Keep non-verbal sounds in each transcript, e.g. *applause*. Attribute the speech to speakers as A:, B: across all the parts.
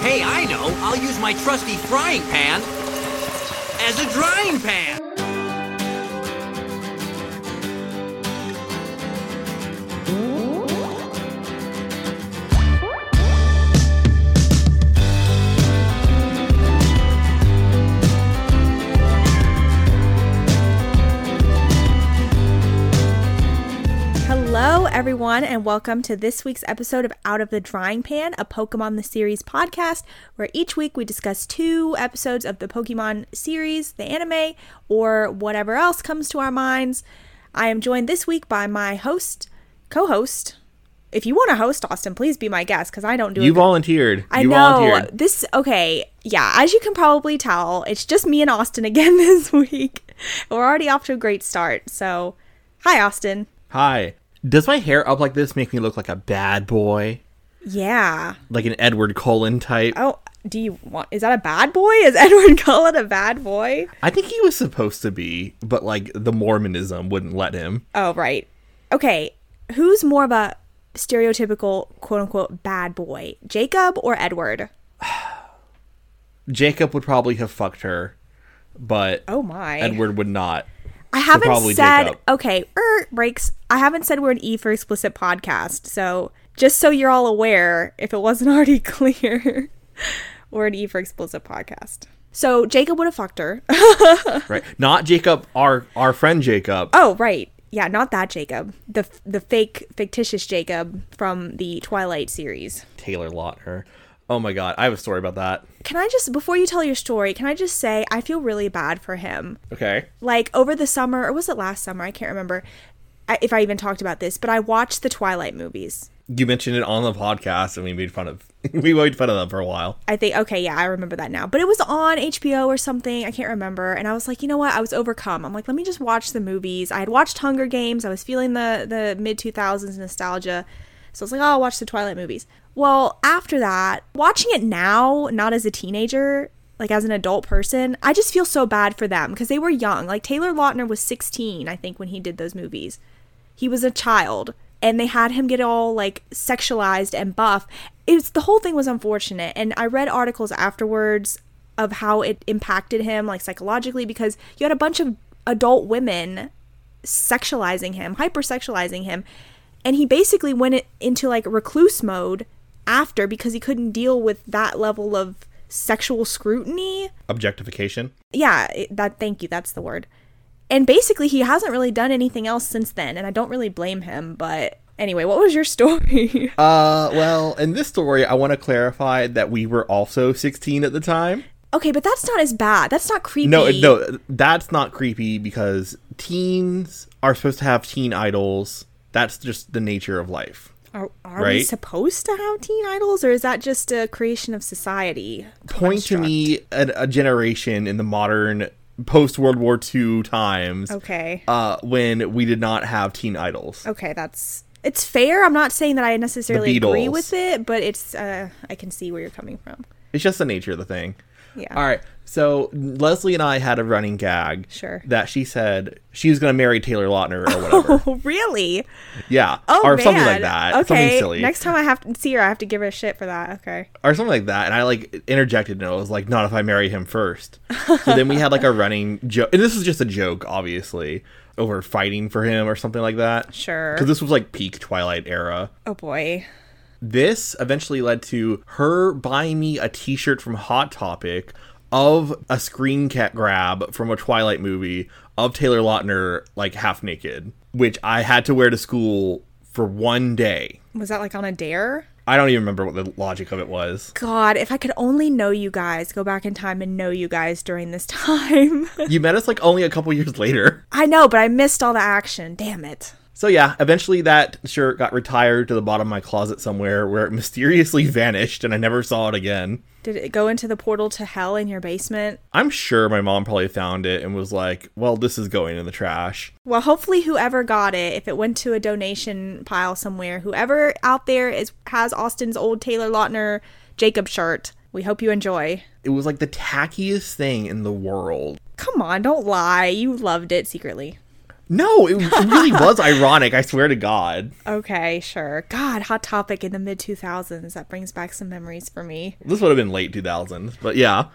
A: Hey, I know. I'll use my trusty frying pan as a drying pan.
B: Hello, everyone, and welcome to this week's episode of Out of the Drying Pan, a Pokemon the Series podcast, where each week we discuss two episodes of the Pokemon series, the anime, or whatever else comes to our minds. I am joined this week by my host, co host. If you want to host, Austin, please be my guest because I don't do
C: You
B: a good-
C: volunteered.
B: I
C: you
B: know
C: volunteered.
B: this. Okay, yeah. As you can probably tell, it's just me and Austin again *laughs* this week. We're already off to a great start. So, hi, Austin.
C: Hi. Does my hair up like this make me look like a bad boy?
B: Yeah.
C: Like an Edward Cullen type?
B: Oh, do you want? Is that a bad boy? Is *laughs* Edward Cullen a bad boy?
C: I think he was supposed to be, but like the Mormonism wouldn't let him.
B: Oh, right. Okay. Who's more of a stereotypical quote unquote bad boy, Jacob or Edward?
C: Jacob would probably have fucked her, but
B: Oh my.
C: Edward would not.
B: I haven't
C: probably
B: said
C: Jacob.
B: okay. Er, breaks. I haven't said we're an E for explicit podcast. So just so you're all aware, if it wasn't *laughs* already clear, we're an E for explicit podcast. So Jacob would have fucked her.
C: Right. Not Jacob, our our friend Jacob.
B: Oh, right. Yeah, not that Jacob. The the fake fictitious Jacob from the Twilight series.
C: Taylor Lautner. Oh my god, I have a story about that.
B: Can I just before you tell your story, can I just say I feel really bad for him.
C: Okay.
B: Like over the summer or was it last summer? I can't remember I- if I even talked about this, but I watched the Twilight movies.
C: You mentioned it on the podcast and we made fun of *laughs* we made fun of them for a while.
B: I think okay, yeah, I remember that now. But it was on HBO or something. I can't remember. And I was like, you know what? I was overcome. I'm like, let me just watch the movies. I had watched Hunger Games. I was feeling the the mid 2000s nostalgia. So I was like, oh, I'll watch the Twilight movies. Well, after that, watching it now, not as a teenager, like as an adult person, I just feel so bad for them because they were young. Like Taylor Lautner was 16, I think, when he did those movies he was a child and they had him get all like sexualized and buff it's the whole thing was unfortunate and i read articles afterwards of how it impacted him like psychologically because you had a bunch of adult women sexualizing him hypersexualizing him and he basically went i- into like recluse mode after because he couldn't deal with that level of sexual scrutiny
C: Objectification.
B: yeah it- that thank you that's the word and basically he hasn't really done anything else since then and i don't really blame him but anyway what was your *laughs* story
C: Uh, well, in this story, I want to clarify that we were also 16 at the time.
B: okay but that's not as bad that's not creepy
C: No, no, that's not creepy because teens are supposed to have teen idols. That's just the nature of life.
B: are, are we
C: right?
B: supposed to have teen idols or is that just a creation of society
C: Point to me a, a generation in the modern post World War II times
B: okay
C: uh, when we did not have teen idols.
B: okay that's it's fair i'm not saying that i necessarily agree
C: Beatles.
B: with it but it's uh i can see where you're coming from
C: It's just the nature of the thing.
B: yeah
C: All right. So Leslie and I had a running gag.
B: Sure.
C: That she said she was going to marry Taylor Lautner or whatever.
B: *laughs* oh really
C: *laughs* yeah.
B: oh
C: or something like
B: man.
C: that.
B: okay
C: Something silly.
B: next time i have to see her i have to give her shit for that okay
C: or something like that. And I like interjected and I was like, not if I marry him first. So then we had like a running joke. And this was just a joke, obviously, over fighting for him or something like that.
B: Sure.
C: Because this was like peak Twilight era.
B: Oh boy.
C: This eventually led to her buying me a t shirt from Hot Topic of a screen cat grab from a Twilight movie of Taylor Lautner, like half naked, which I had to wear to school for one day.
B: Was that like on a dare?
C: I don't even remember what the logic of it was.
B: God, if I could only know you guys, go back in time and know you guys during this *laughs* time.
C: You met us like only a couple years later.
B: I know, but I missed all the action. Damn it.
C: So yeah, eventually that shirt got retired to the bottom of my closet somewhere where it mysteriously *laughs* vanished and I never saw it again.
B: Did it go into the portal to hell in your basement?
C: I'm sure my mom probably found it and was like, "Well, this is going in the trash."
B: Well, hopefully whoever got it, if it went to a donation pile somewhere, whoever out there is has Austin's old Taylor Lautner Jacob shirt. We hope you enjoy.
C: It was like the tackiest thing in the world.
B: Come on, don't lie. You loved it secretly.
C: No, it really
B: *laughs*
C: was ironic. I swear to God.
B: Okay, sure. God, Hot Topic in the mid 2000s. That brings back some memories for me.
C: This would have been late 2000s, but yeah.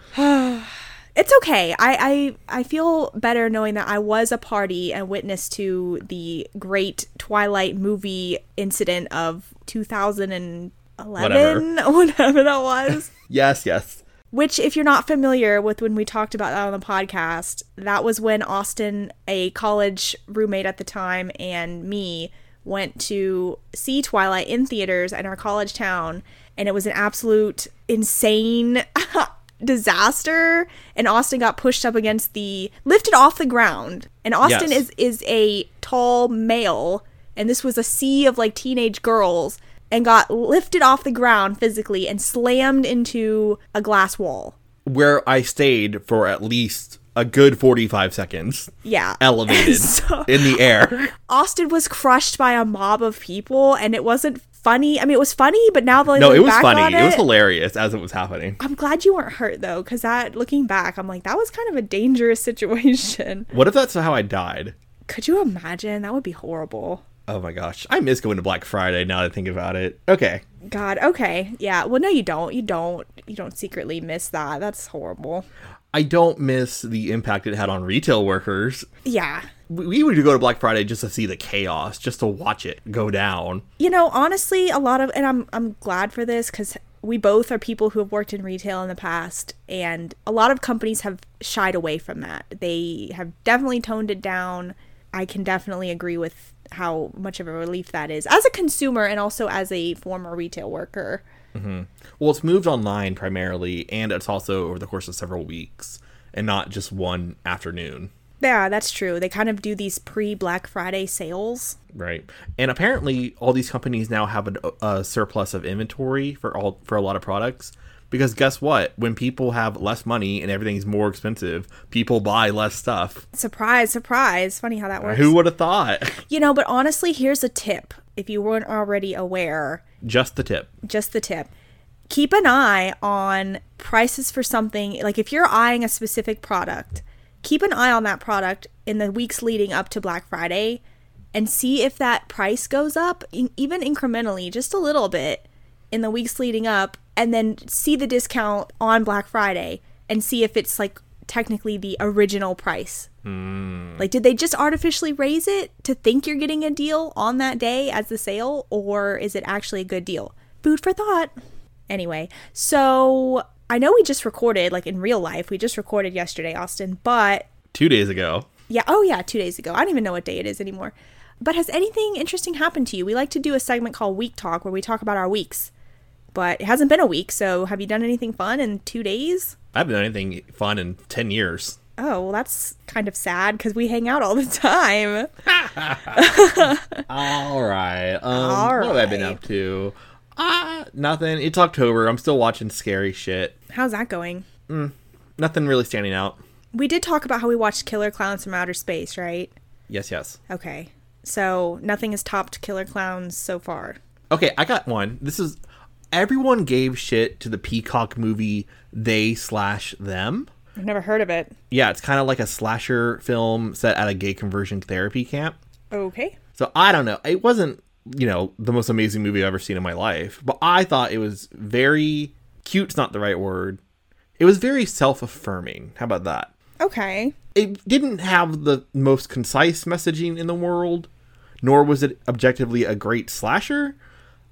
B: It's okay. I, I I feel better knowing that I was a party and witness to the great Twilight movie incident of 2011,
C: Whatever.
B: *laughs* whatever that was.
C: Yes, yes.
B: Which, if you're not familiar with when we talked about that on the podcast, that was when Austin, a college roommate at the time, and me went to see Twilight in theaters in our college town. And it was an absolute insane *laughs* disaster. And Austin got pushed up against the, lifted off the ground. And Austin
C: Yes.
B: is is a tall male, and this was a sea of like teenage girls, and got lifted off the ground physically and slammed into a glass wall.
C: Where I stayed for at least a good 45 seconds.
B: Yeah.
C: Elevated
B: *laughs* So-
C: in the
B: *laughs*
C: air.
B: Austin was crushed by a mob of people, and it wasn't funny. I mean, it was funny, but now that I
C: No,
B: look
C: it was
B: back
C: funny.
B: on
C: It was hilarious as it was happening.
B: I'm glad you weren't hurt though, because that looking back, I'm like that was kind of a dangerous *laughs* situation.
C: What if that's how I died?
B: Could you imagine? That would be horrible.
C: Oh my gosh. I miss going to Black Friday now that I think about it. Okay.
B: God. Okay. Yeah. Well, no, you don't. You don't. You don't secretly miss that. That's horrible.
C: I don't miss the impact it had on retail workers.
B: Yeah.
C: We- We would go to Black Friday just to see the chaos, just to watch it go down.
B: You know, honestly, a lot of and I'm I'm glad for this cuz we both are people who have worked in retail in the past and a lot of companies have shied away from that. They have definitely toned it down. I can definitely agree with how much of a relief that is as a consumer and also as a former retail worker.
C: Well, it's moved online primarily, and it's also over the course of several weeks and not just one afternoon.
B: Yeah, that's true. They kind of do these pre Black Friday sales.
C: Right. And apparently, all these companies now have an, a surplus of inventory for all for a lot of products. Because guess what? When people have less money and everything's more expensive, people buy less stuff.
B: Surprise, surprise. Funny how that works.
C: Who would have thought? *laughs*
B: You know, but honestly, here's a tip if you weren't already aware.
C: Just the tip.
B: just the tip keep an eye on prices for something like if you're eyeing a specific product keep an eye on that product in the weeks leading up to black friday and see if that price goes up in, even incrementally just a little bit in the weeks leading up and then see the discount on black friday and see if it's like technically the original price like, did they just artificially raise it to think you're getting a deal on that day as the sale, or is it actually a good deal? Food for thought. Anyway, so I know we just recorded, like in real life, we just recorded yesterday, Austin, but
C: Two days ago.
B: yeah, oh yeah, two days ago. I don't even know what day it is anymore. But has anything interesting happened to you? We like to do a segment called Week Talk where we talk about our weeks, but it hasn't been a week, so have you done anything fun in two days?
C: I haven't done anything fun in 10 years.
B: Oh, well, that's kind of sad because we hang out all the *laughs* time.
C: All right. Um,
B: All
C: what have I been
B: right.
C: up to? Ah, nothing. It's October. I'm still watching scary shit.
B: How's that going?
C: Nothing really standing out.
B: We did talk about how we watched Killer Clowns from Outer Space, right?
C: Yes, yes.
B: Okay. So nothing has topped Killer Clowns so far.
C: Okay, I got one. This is everyone gave shit to the Peacock movie They Slash Them.
B: I've never heard of it.
C: Yeah, it's kind of like a slasher film set at a gay conversion therapy camp.
B: Okay.
C: So I don't know. It wasn't, you know, the most amazing movie I've ever seen in my life, but I thought it was very cute's not the right word. It was very self-affirming. How about that?
B: Okay.
C: It didn't have the most concise messaging in the world, nor was it objectively a great slasher,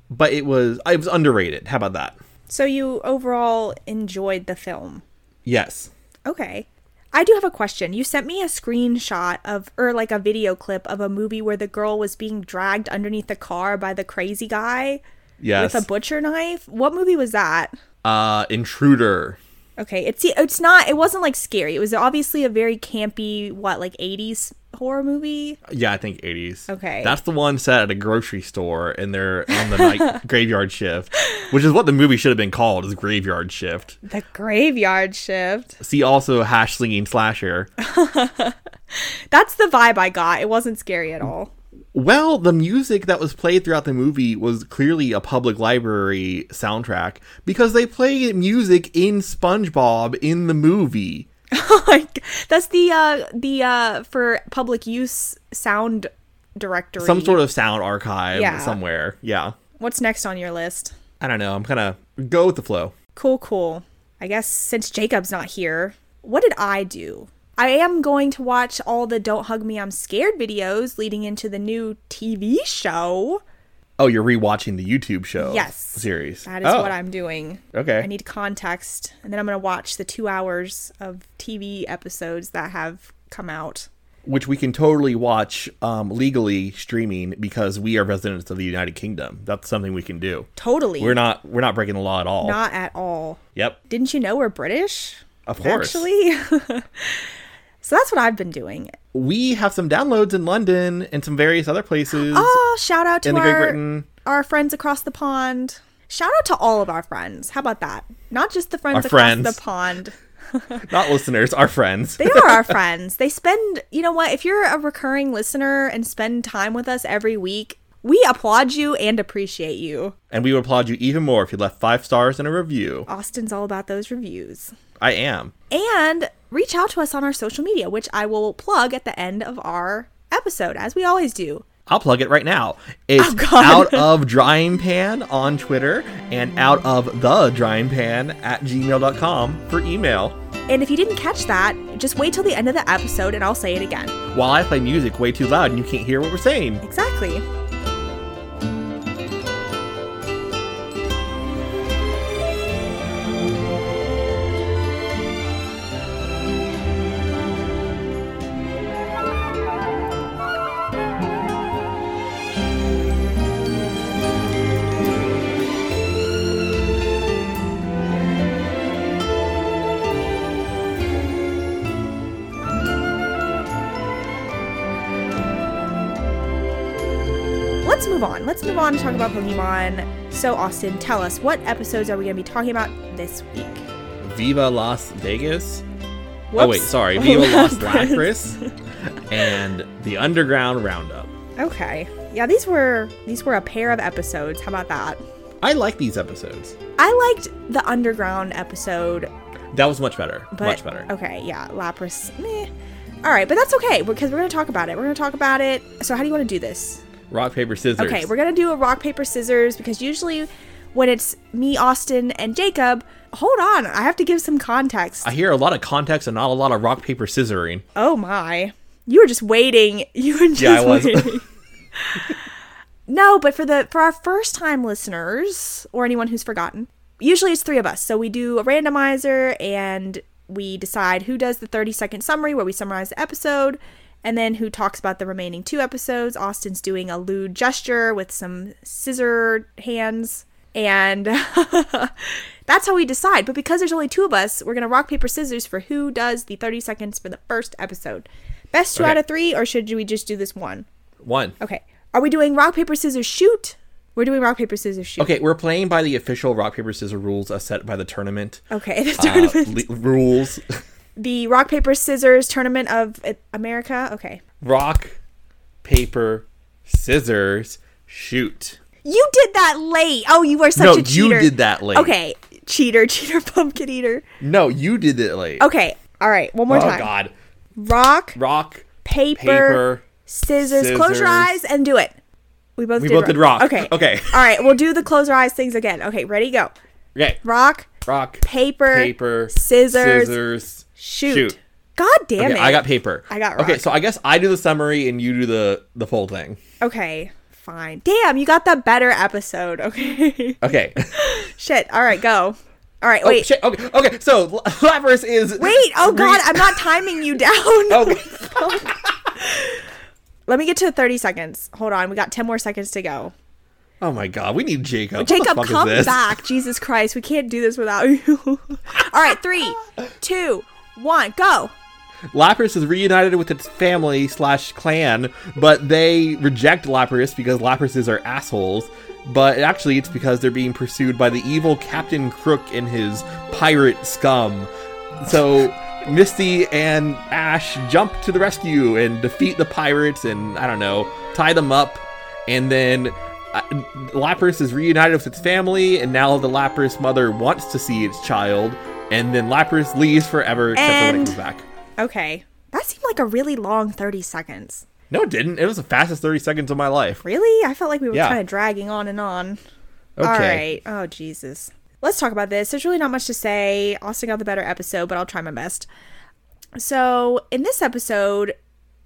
C: but it was it was underrated. How about that?
B: So you overall enjoyed the film.
C: Yes.
B: Okay. I do have a question. You sent me a screenshot of, or like a video clip of a movie where the girl was being dragged underneath the car by the crazy guy
C: Yes.
B: with a butcher knife. What movie was that?
C: uh intruder.
B: Okay, it's it's not. It wasn't like scary. It was obviously a very campy, what like '80s horror movie.
C: Yeah, I think 80s.
B: Okay.
C: That's the one set at a grocery store and they're on the
B: *laughs*
C: night graveyard shift, which is what the movie should have been called, is graveyard shift.
B: The Graveyard Shift.
C: See also hash slinging slasher.
B: That's the vibe I got. It wasn't scary at all. *laughs*
C: Well, the music that was played throughout the movie was clearly a public library soundtrack because they play music in SpongeBob in the movie.
B: like that's the uh the uh for public use sound directory.
C: Some sort of sound archive
B: Yeah.
C: somewhere. Yeah.
B: What's next on your list?
C: I don't know. I'm kind of go with the flow.
B: Cool, cool. I guess since Jacob's not here, what did I do? I am going to watch all the Don't Hug Me I'm Scared videos leading into the new TV show.
C: Oh, you're rewatching the YouTube show.
B: Yes.
C: Series.
B: That is
C: Oh,
B: what I'm doing.
C: Okay.
B: I need context. And then I'm going to watch the two hours of TV episodes that have come out.
C: Which we can totally watch um, legally streaming because we are residents of the United Kingdom. That's something we can do.
B: Totally.
C: We're not we're not breaking the law at all.
B: Not at all.
C: yep.
B: Didn't you know we're British?
C: Of course.
B: Actually. *laughs* so that's what I've been doing.
C: We have some downloads in London and some various other places.
B: Oh, shout out to
C: In the
B: our,
C: Great Britain.
B: our friends across the pond. Shout out to all of our friends. How about that? Not just the friends
C: Our
B: across
C: friends.
B: the pond.
C: Not listeners, our friends.
B: They are our *laughs* friends. They spend, you know what, if you're a recurring listener and spend time with us every week, we applaud you and appreciate you.
C: and we would applaud you even more if you left five stars and a review.
B: Austin's all about those reviews.
C: I am.
B: And reach out to us on our social media, which I will plug at the end of our episode, as we always do.
C: I'll plug it right now. It's
B: Oh,
C: out
B: God.
C: of drying pan on Twitter and out of the drying pan at gmail.com for email.
B: And if you didn't catch that, just wait till the end of the episode and I'll say it again.
C: While I play music way too loud and you can't hear what we're saying.
B: Exactly. Let's move on. Let's move on to talk about Pokemon. So, Austin, tell us what episodes are we going to be talking about this week?
C: Viva Las Vegas.
B: Whoops.
C: Oh, wait,
B: *laughs*
C: sorry. Viva Las Lacris and the Underground Roundup.
B: Okay. Yeah, these were these were a pair of episodes. How about that?
C: I like these episodes.
B: I liked the underground episode,
C: That was much better.
B: but
C: much better.
B: Okay, yeah, Lapras. Meh. All right, but that's okay because we're going to talk about it. We're going to talk about it. So, how do you want to do this?
C: Rock, paper, scissors.
B: Okay, we're gonna do a rock paper scissors because usually when it's me, Austin, and Jacob, hold on, I have to give some context.
C: I hear a lot of context and not a lot of rock, paper, scissoring.
B: oh my, you were just waiting. *laughs* You were just
C: Yeah, I was.
B: waiting. no, but for the for our first time listeners or anyone who's forgotten, usually it's three of us. So we do a randomizer and we decide who does the thirty second summary where we summarize the episode. And then who talks about the remaining two episodes? Austin's doing a lewd gesture with some scissor hands. And *laughs* that's how we decide. But because there's only two of us, we're going to rock, paper, scissors for who does the 30 seconds for the first episode. Best two
C: Okay.
B: out of three, or should we just do this one?
C: One.
B: Okay. Are we doing rock, paper, scissors, shoot? We're doing rock, paper, scissors, shoot.
C: Okay, we're playing by the official rock, paper, scissors rules as set by the
B: *laughs*
C: tournament.
B: Okay. The,
C: Uh,
B: tournament,
C: le- rules. *laughs*
B: the rock, paper, scissors tournament of uh, America. Okay.
C: rock, paper, scissors, shoot.
B: You did that late. Oh, you are such
C: No,
B: a
C: you
B: cheater.
C: did that late.
B: Okay. Cheater, *laughs* cheater, pumpkin eater.
C: No, you did it late.
B: Okay. All right. One more
C: Oh,
B: time.
C: God.
B: Rock,
C: Rock,
B: paper,
C: paper.
B: scissors. Close
C: scissors.
B: your eyes and do it. We both
C: We
B: did
C: both did rock.
B: Okay.
C: Okay.
B: All right. We'll do the close our eyes things again. Okay. Ready? Go.
C: Okay.
B: Rock,
C: Rock,
B: paper,
C: paper,
B: scissors,
C: scissors,
B: shoot. God damn
C: Okay,
B: it.
C: I got paper.
B: I got
C: Okay,
B: rock.
C: so I guess I do the summary and you do the the full thing.
B: okay. Fine. Damn, you got the better episode. *laughs* Okay.
C: Okay.
B: Shit. All right. Go. All right.
C: oh
B: Wait.
C: shit. Okay. Okay. So L- Lapras is
B: Wait. Oh
C: Re-
B: God. I'm not timing you down.
C: *laughs* Okay.
B: *laughs* Let me get to 30 seconds. Hold on. We got 10 more seconds to go.
C: Oh my god, we need Jacob. What the
B: Jacob,
C: fuck is
B: come
C: this?
B: back. Jesus Christ, we can't do this without you. *laughs* All right, three, two, one, go.
C: Lapras is reunited with its family slash clan, but they reject Lapras because Laprases are assholes. But actually, it's because they're being pursued by the evil Captain Crook and his pirate scum. So Misty and Ash jump to the rescue and defeat the pirates and, I don't know, tie them up. And then uh, Lapras is reunited with its family, and now the Lapras mother wants to see its child, and then Lapras leaves forever except
B: And-
C: for when it comes back.
B: Okay. That seemed like a really long 30 seconds.
C: No, it didn't. It was the fastest 30 seconds of my life.
B: Really? I felt like we were
C: Yeah.
B: kind of dragging on and on.
C: Okay.
B: All right. Oh, Jesus. Let's talk about this. There's really not much to say. Austin got the better episode, but I'll try my best. So, in this episode,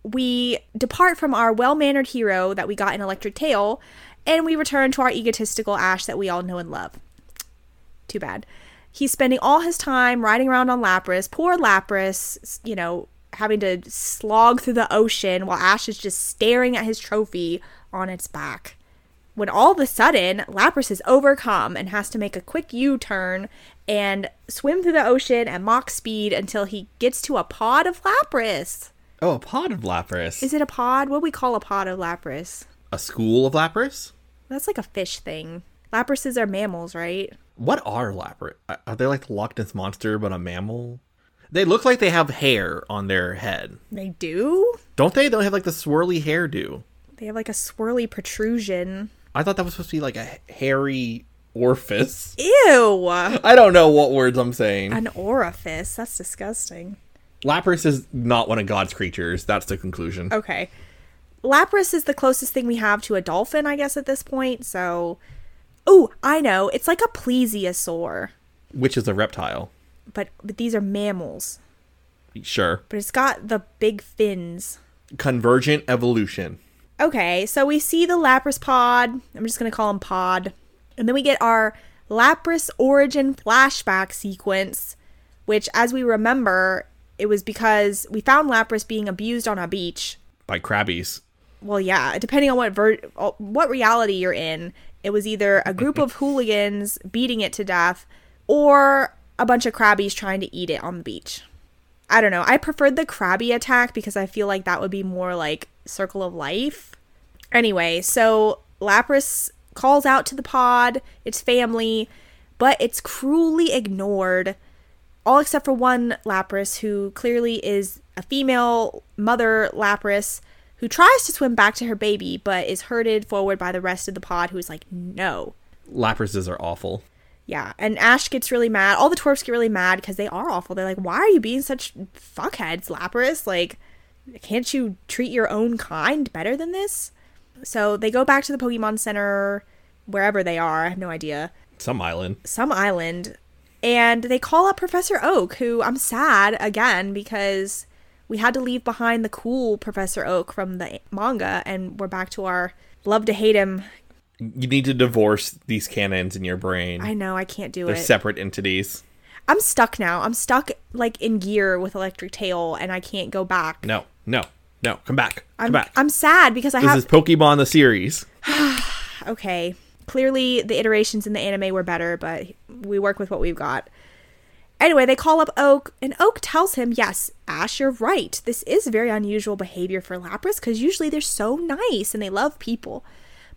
B: we depart from our well mannered hero that we got in Electric Tail, and we return to our egotistical Ash that we all know and love. Too bad. He's spending all his time riding around on Lapras. Poor Lapras, s- you know, having to slog through the ocean while Ash is just staring at his trophy on its back when all of a sudden Lapras is overcome and has to make a quick U turn and swim through the ocean at mock speed until he gets to a pod of Lapras.
C: Oh, a pod of Lapras.
B: Is it a pod? What do we call a pod of Lapras?
C: a school of Lapras?
B: That's like a fish thing. Laprases are mammals, right?
C: What are Lapras? Are they like the Loch Ness monster but a mammal? They look like they have hair on their head.
B: They do?
C: Don't they? They have like the swirly hairdo.
B: They have like a swirly protrusion.
C: I thought that was supposed to be like a hairy orifice.
B: Ew!
C: *laughs* I don't know what words I'm saying.
B: An orifice. That's disgusting.
C: Lapras is not one of God's creatures. That's the conclusion.
B: Okay. Lapras is the closest thing we have to a dolphin, I guess, at this point. So, oh, I know. It's like a plesiosaur,
C: Which is a reptile.
B: but, but these are mammals.
C: Sure.
B: But it's got the big fins.
C: Convergent evolution.
B: Okay, so we see the Lapras pod. I'm just going to call him pod. And then we get our Lapras origin flashback sequence, which, as we remember, it was because we found Lapras being abused on a beach
C: By crabbies.
B: well yeah depending on what ver- what reality you're in it was either a group of hooligans beating it to death or a bunch of crabbies trying to eat it on the beach i don't know i preferred the crabby attack because i feel like that would be more like circle of life anyway so lapras calls out to the pod its family but it's cruelly ignored all except for one Lapras, who clearly is a female mother Lapras who tries to swim back to her baby but is herded forward by the rest of the pod, who is like, no.
C: Laprases are awful.
B: Yeah. And Ash gets really mad. All the twerps get really mad because they are awful. They're like, why are you being such fuckheads, Lapras? Like, can't you treat your own kind better than this? So they go back to the Pokemon Center, wherever they are. I have no idea
C: Some island.
B: some island and they call up Professor Oak, who I'm sad again because we had to leave behind the cool Professor Oak from the manga and we're back to our love to hate him.
C: You need to divorce these canons in your brain.
B: I know I can't do
C: They're
B: it.
C: separate entities.
B: I'm stuck now. I'm stuck like in gear with Electric Tail and I can't go back.
C: No, no, no. Come back. Come
B: I'm,
C: back.
B: I'm sad because I
C: this
B: have
C: is Pokemon the series.
B: okay. Clearly, the iterations in the anime were better, but we work with what we've got. Anyway, they call up Oak, and Oak tells him, Yes, Ash, you're right. This is very unusual behavior for Lapras because usually they're so nice and they love people.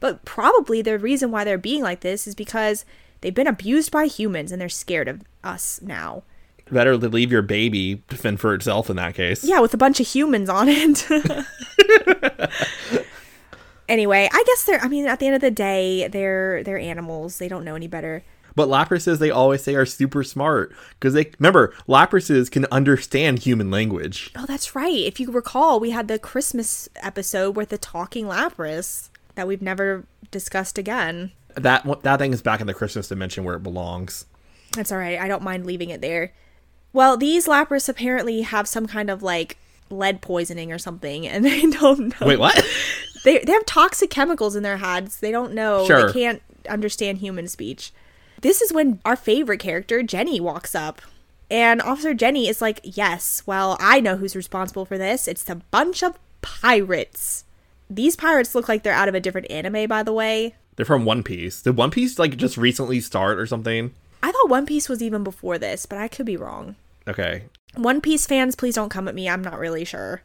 B: But probably the reason why they're being like this is because they've been abused by humans and they're scared of us now.
C: Better to leave your baby to fend for itself in that case.
B: Yeah, with a bunch of humans on it. *laughs* anyway, I guess they're I mean at the end of the day, they're they're animals. They don't know any better.
C: But Laprases, they always say, are super smart because they remember Laprases can understand human language.
B: Oh, that's right. If you recall, we had the Christmas episode with the talking Lapras that we've never discussed again.
C: That one- that thing is back in the Christmas dimension where it belongs.
B: That's all right. I don't mind leaving it there. Well, these Lapras apparently have some kind of like lead poisoning or something, and *laughs* they don't know.
C: Wait, what? *laughs*
B: They, they have toxic chemicals in their heads. They don't know.
C: Sure.
B: They can't understand human speech. This is when our favorite character, Jenny, walks up. And Officer Jenny is like, Yes, well, I know who's responsible for this. It's a bunch of pirates. These pirates look like they're out of a different anime, by the way.
C: They're from One Piece. Did One Piece like just recently start or something?
B: I thought One Piece was even before this, but I could be wrong.
C: Okay,
B: One Piece fans, please don't come at me. I'm not really sure.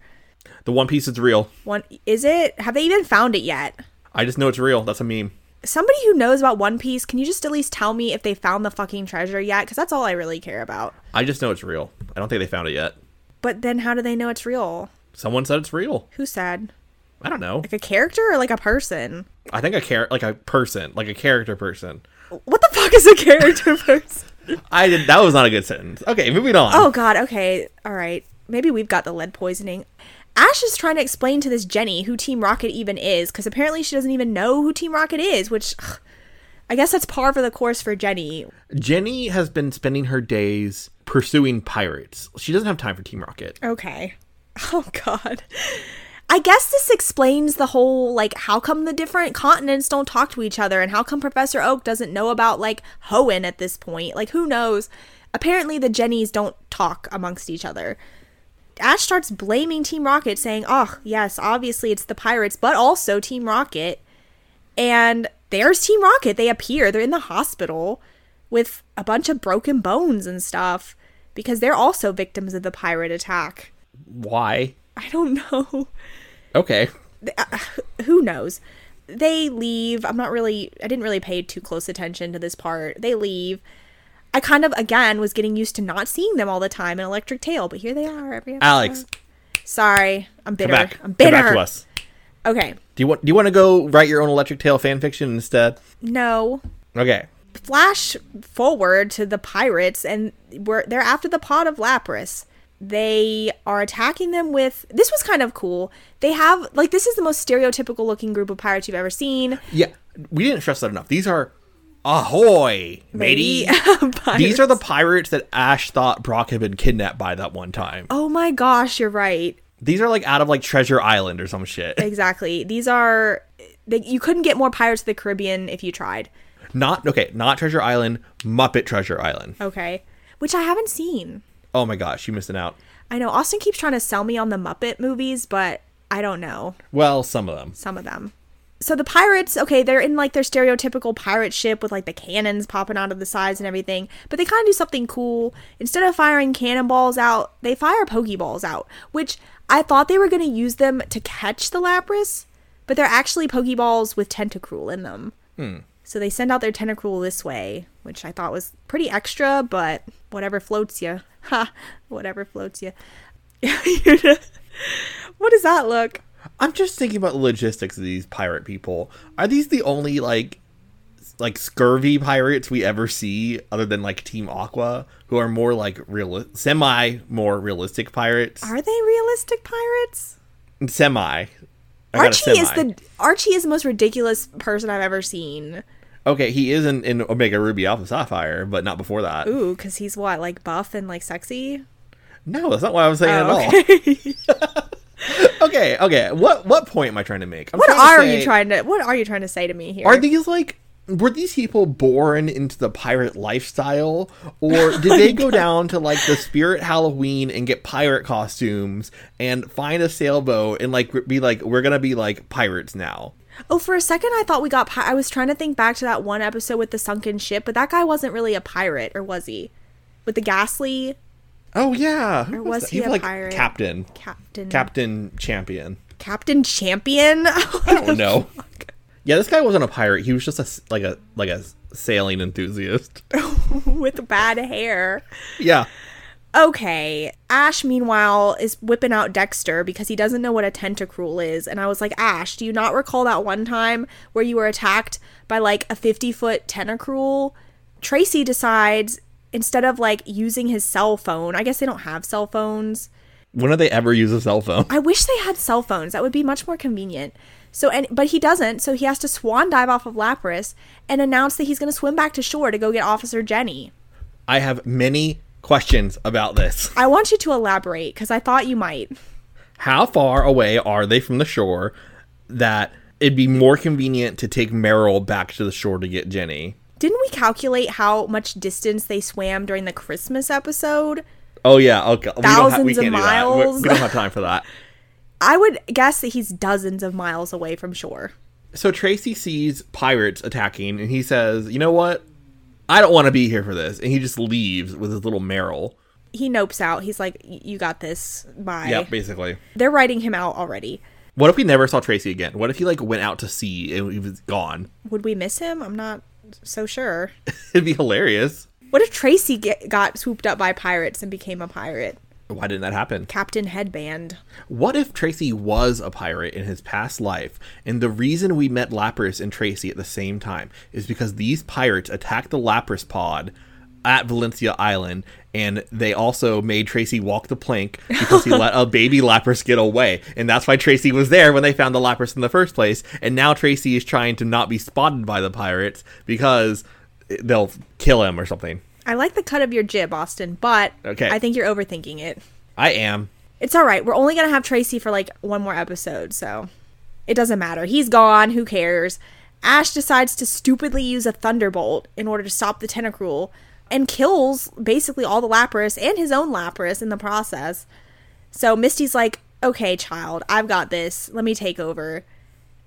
C: the One Piece is real.
B: One is it? Have they even found it yet?
C: I just know it's real. That's a meme.
B: somebody who knows about One Piece, can you just at least tell me if they found the fucking treasure yet? Because that's all I really care about.
C: I just know it's real. I don't think they found it yet.
B: But then how do they know it's real?
C: Someone said it's real.
B: Who said?
C: I don't know.
B: Like a character or like a person?
C: I think a char- like a person, like a character person.
B: *laughs* What the fuck is a character *laughs* person?
C: I did. That was not a good sentence. Okay, moving on.
B: Oh God. Okay. All right. Maybe we've got the lead poisoning. Ash is trying to explain to this Jenny who Team Rocket even is, because apparently she doesn't even know who Team Rocket is. Which, ugh, I guess that's par for the course for Jenny.
C: Jenny has been spending her days pursuing pirates. She doesn't have time for Team Rocket.
B: Okay. *laughs* Oh God. I guess this explains the whole like how come the different continents don't talk to each other and how come Professor Oak doesn't know about like Hoenn at this point. Like who knows? Apparently the Jennies don't talk amongst each other. Ash starts blaming Team Rocket saying, "Oh, yes, obviously it's the pirates, but also Team Rocket." And there's Team Rocket. They appear. They're in the hospital with a bunch of broken bones and stuff because they're also victims of the pirate attack.
C: Why?
B: I don't *laughs* know.
C: Okay.
B: Who knows? They leave. I'm not really, I didn't really pay too close attention to this part. They leave. I kind of, again, was getting used to not seeing them all the time in Electric Tail, but here they are. Every episode.
C: Alex,
B: Sorry. I'm bitter.
C: come back.
B: I'm bitter.
C: Come back to us.
B: Okay.
C: Do you want? Do you want to go write your own Electric Tail fan fiction instead?
B: No.
C: Okay.
B: flash forward to the pirates and we're they're after the pod of Lapras. They are attacking them with this was kind of cool. They have like this is the most stereotypical looking group of pirates you've ever seen.
C: Yeah, we didn't stress that enough. These are ahoy, matey.
B: *laughs*
C: These are the pirates that Ash thought Brock had been kidnapped by that one time.
B: Oh my gosh, you're right.
C: These are like out of like Treasure Island or some shit.
B: Exactly. These are they, you couldn't get more Pirates of the Caribbean if you tried.
C: Not okay, not Treasure Island, Muppet Treasure Island.
B: Okay. Which I haven't seen.
C: Oh my gosh, you missed an out.
B: I know Austin keeps trying to sell me on the Muppet movies, but I don't know.
C: Well, some of them.
B: some of them. So the pirates, okay, they're in like their stereotypical pirate ship with like the cannons popping out of the sides and everything, but they kind of do something cool. Instead of firing cannonballs out, they fire pokeballs out, which I thought they were going to use them to catch the Lapras, but they're actually pokeballs with tentacruel in them. So they send out their tentacruel this way, which I thought was pretty extra, but whatever floats you. *laughs* Ha, whatever floats *laughs* you. *laughs* what does that look?
C: I'm just thinking about the logistics of these pirate people. Are these the only like s- like scurvy pirates we ever see other than like Team Aqua who are more like real semi more realistic pirates?
B: Are they realistic pirates?
C: semi. I got a
B: Archie is
C: semi.
B: the Archie is the most ridiculous person I've ever seen.
C: okay. He is in, in Omega Ruby Alpha Sapphire, but not before that.
B: Ooh, because he's what like buff and like sexy.
C: No, that's not what I was saying
B: Oh,
C: at all. *laughs* okay, okay. What what point am I trying to make? I'm
B: What
C: trying to
B: are you
C: say,
B: trying to What are you trying to say to me here?
C: Are these like? Were these people born into the pirate lifestyle, or did they *laughs* go down to like the spirit Halloween and get pirate costumes and find a sailboat and like be like, we're gonna be like pirates now?
B: oh, for a second I thought we got. Pi- I was trying to think back to that one episode with the sunken ship, but that guy wasn't really a pirate, or was he? With the ghastly
C: Oh yeah, who
B: Or was
C: that?
B: he
C: He's,
B: a
C: like
B: pirate?
C: captain,
B: captain,
C: captain
B: *laughs*
C: champion?
B: captain
C: *laughs*
B: champion. *laughs*
C: I don't know. Yeah, this guy wasn't a pirate. He was just a s- like a like a sailing enthusiast. *laughs*
B: with bad hair.
C: Yeah.
B: okay. Ash, meanwhile, is whipping out Dexter because he doesn't know what a tentacruel is. And I was like, Ash, do you not recall that one time where you were attacked by like a 50 foot tentacruel? Tracy decides instead of like using his cell phone, I guess they don't have cell phones.
C: When did they ever use a cell phone?
B: I wish they had cell phones. That would be much more convenient. So and but he doesn't, so he has to swan dive off of Lapras and announce that he's going to swim back to shore to go get Officer Jenny.
C: I have many questions about this.
B: I want you to elaborate cuz I thought you might.
C: How far away are they from the shore that it'd be more convenient to take Meryl back to the shore to get Jenny?
B: Didn't we calculate how much distance they swam during the Christmas episode?
C: Oh yeah, okay. We don't have, we
B: Thousands of
C: can't do that. We-
B: miles.
C: we don't have time for
B: *laughs*
C: that.
B: I would guess that he's dozens of miles away from shore.
C: So Tracy sees pirates attacking and he says, "You know what? I don't want to be here for this." And he just leaves with his little Meryl.
B: He nopes out. He's like, "Y- "You got this." Bye.
C: Yeah, basically.
B: They're writing him out already.
C: What if we never saw Tracy again? What if he like went out to sea and he was gone? *laughs*
B: Would we miss him? I'm not so sure.
C: It'd be hilarious.
B: What if Tracy get, got swooped up by pirates and became a pirate?
C: Why didn't that happen?
B: Captain Headband.
C: What if Tracy was a pirate in his past life, and the reason we met Lapras and Tracy at the same time is because these pirates attacked the Lapras pod at Valencia Island, and they also made Tracy walk the plank because he let a baby Lapras get away, and that's why Tracy was there when they found the Lapras in the first place. And now Tracy is trying to not be spotted by the pirates because they'll kill him or something.
B: I like the cut of your jib, Austin, but
C: Okay.
B: I think you're overthinking it.
C: I am.
B: It's all right. We're only going to have Tracy for like one more episode, so it doesn't matter. He's gone. Who cares? Ash decides to stupidly use a thunderbolt in order to stop the Tentacruel and kills basically all the Lapras and his own Lapras in the process. So Misty's like, okay, child, I've got this. Let me take over.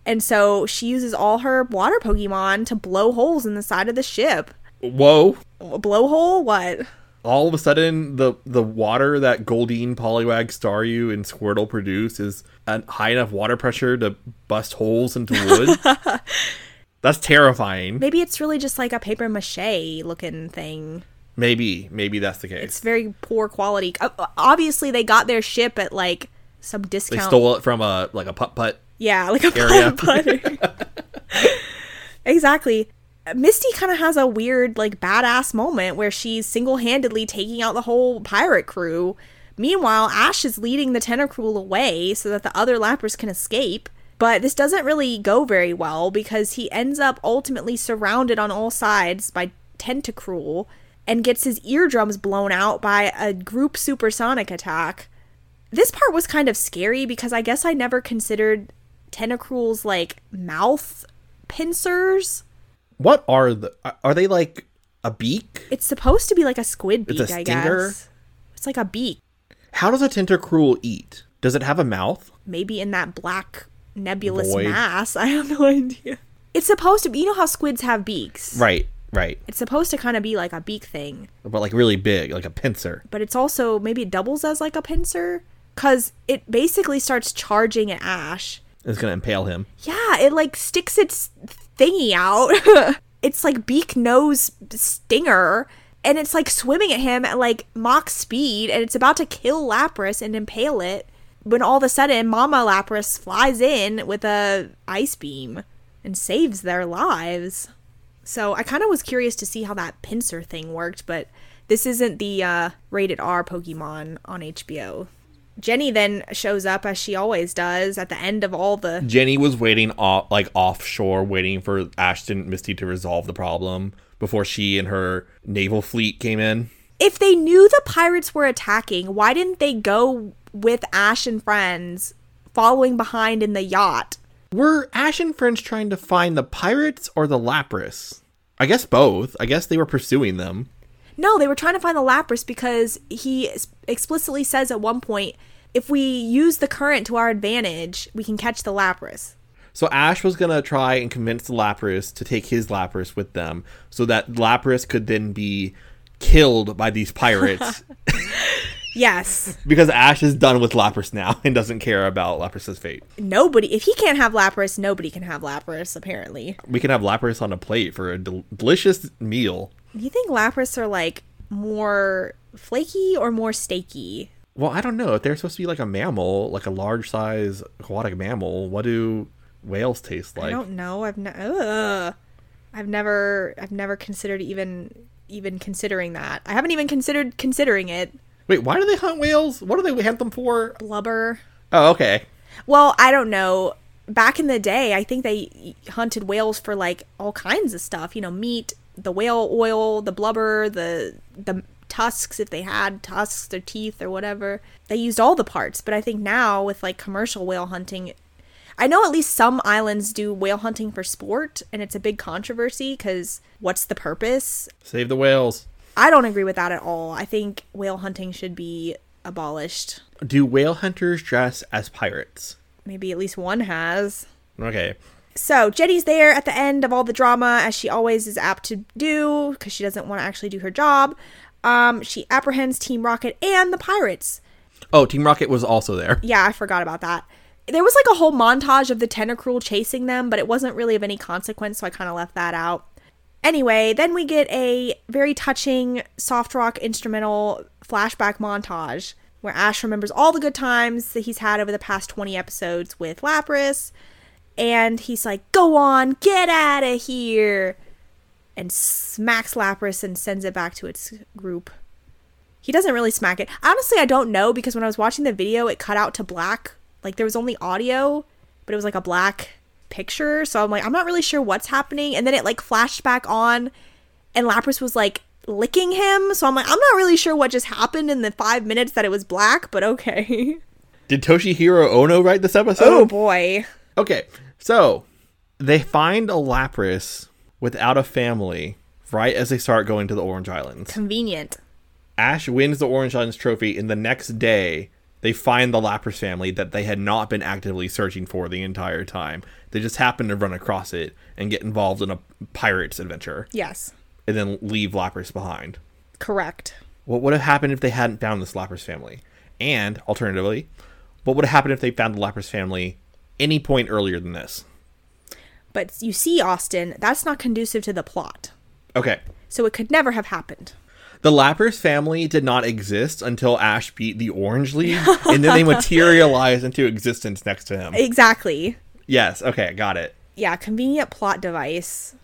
B: And so she uses all her water Pokemon to blow holes in the side of the ship.
C: Whoa.
B: Blowhole? What?
C: all of a sudden the the water that Goldeen, Poliwag, Staryu, and Squirtle produce is at high enough water pressure to bust holes into wood. That's terrifying.
B: Maybe it's really just like a paper mache looking thing.
C: Maybe, maybe that's the case.
B: It's very poor quality. O- Obviously, they got their ship at like some
C: they
B: discount.
C: stole it from a like a putt putt.
B: yeah, *laughs* like a
C: Area.
B: pot butter. exactly. Misty kind of has a weird, like, badass moment where she's single handedly taking out the whole pirate crew. Meanwhile, Ash is leading the Tentacruel away so that the other Lapras can escape. But this doesn't really go very well because he ends up ultimately surrounded on all sides by Tentacruel and gets his eardrums blown out by a group supersonic attack this part was kind of scary because I guess I never considered Tentacruel's like mouth pincers.
C: What are the are they like a beak?
B: It's supposed to be like a squid beak,
C: a
B: I
C: stinger?
B: guess. It's like a beak,
C: How does a tentacruel eat? Does it have a mouth?
B: maybe in that black nebulous
C: Void.
B: mass. *laughs* I have no idea. It's supposed to be, you know how squids have beaks?
C: Right, right.
B: It's supposed to kind of be like a beak thing,
C: But like really big, like a pincer.
B: but it's also maybe it doubles as like a pincer because it basically starts charging at Ash.
C: It's gonna impale him.
B: Yeah, it like sticks its thingy out. *laughs* it's like beak nose stinger. And it's like swimming at him at like mock speed and it's about to kill Lapras and impale it when all of a sudden Mama Lapras flies in with a ice beam and saves their lives. So I kind of was curious to see how that pincer thing worked, but this isn't the uh, rated R Pokemon on HBO. Jenny then shows up as she always does at the end of all the
C: Jenny was waiting off, like offshore, waiting for Ashton and Misty to resolve the problem before she and her naval fleet came in.
B: if they knew the pirates were attacking, why didn't they go with Ash and friends following behind in the yacht?
C: Were Ash and friends trying to find the pirates or the Lapras? I guess both. I guess they were pursuing them.
B: No, they were trying to find the Lapras because he s- explicitly says at one point, if we use the current to our advantage, we can catch the Lapras.
C: So Ash was gonna try and convince the Lapras to take his Lapras with them, so that Lapras could then be killed by these pirates. *laughs*
B: Yes.
C: because Ash is done with Lapras now *laughs* and doesn't care about Lapras's fate.
B: nobody, if he can't have Lapras, nobody can have Lapras, apparently.
C: We can have Lapras on a plate for a del- delicious meal.
B: You think Lapras are like more flaky or more steaky?
C: Well, I don't know. If they're supposed to be like a mammal, like a large size aquatic mammal, what do whales taste
B: I
C: like?
B: don't know. I've ne- ugh. I've never I've never considered even even considering that. I haven't even considered considering it.
C: Wait, why do they hunt whales? What do they hunt them for?
B: Blubber.
C: Oh, okay.
B: Well, I don't know. Back in the day, I think they hunted whales for like all kinds of stuff, you know, meat, the whale oil, the blubber, the the tusks if they had tusks, their teeth or whatever. They used all the parts, but I think now with like commercial whale hunting, I know at least some islands do whale hunting for sport, and it's a big controversy cuz what's the purpose?
C: Save the whales.
B: I don't agree with that at all. I think whale hunting should be abolished.
C: Do whale hunters dress as pirates?
B: Maybe at least one has.
C: Okay.
B: So Jenny's there at the end of all the drama, as she always is apt to do, because she doesn't want to actually do her job. Um, she apprehends Team Rocket and the pirates.
C: Oh, Team Rocket was also there.
B: Yeah, I forgot about that. There was like a whole montage of the Tentacruel chasing them, but it wasn't really of any consequence, so I kind of left that out. Anyway, then we get a very touching soft rock instrumental flashback montage where Ash remembers all the good times that he's had over the past 20 episodes with Lapras, and he's like, Go on, get out of here. and smacks Lapras and sends it back to its group. He doesn't really smack it. Honestly, I don't know because when I was watching the video, it cut out to black. Like there was only audio, but it was like a black picture. So I'm like, I'm not really sure what's happening. And then it like flashed back on, and Lapras was like licking him. So I'm like, I'm not really sure what just happened in the five minutes that it was black, but okay. *laughs*
C: Did Toshihiro Ono write this episode?
B: Oh boy.
C: Okay, so they find a Lapras without a family right as they start going to the Orange Islands.
B: Convenient.
C: Ash wins the Orange Islands trophy, and the next day they find the Lapras family that they had not been actively searching for the entire time. They just happen to run across it and get involved in a pirate's adventure,
B: Yes.
C: and then leave Lapras behind.
B: Correct.
C: What would have happened if they hadn't found this Lapras family? And alternatively, what would have happened if they found the Lapras family any point earlier than this?
B: But you see, Austin, that's not conducive to the plot.
C: Okay.
B: So it could never have happened.
C: The Lapras family did not exist until Ash beat the Orange League, and then they materialized into existence next to him.
B: Exactly.
C: Yes, okay, got it.
B: Yeah, convenient plot device.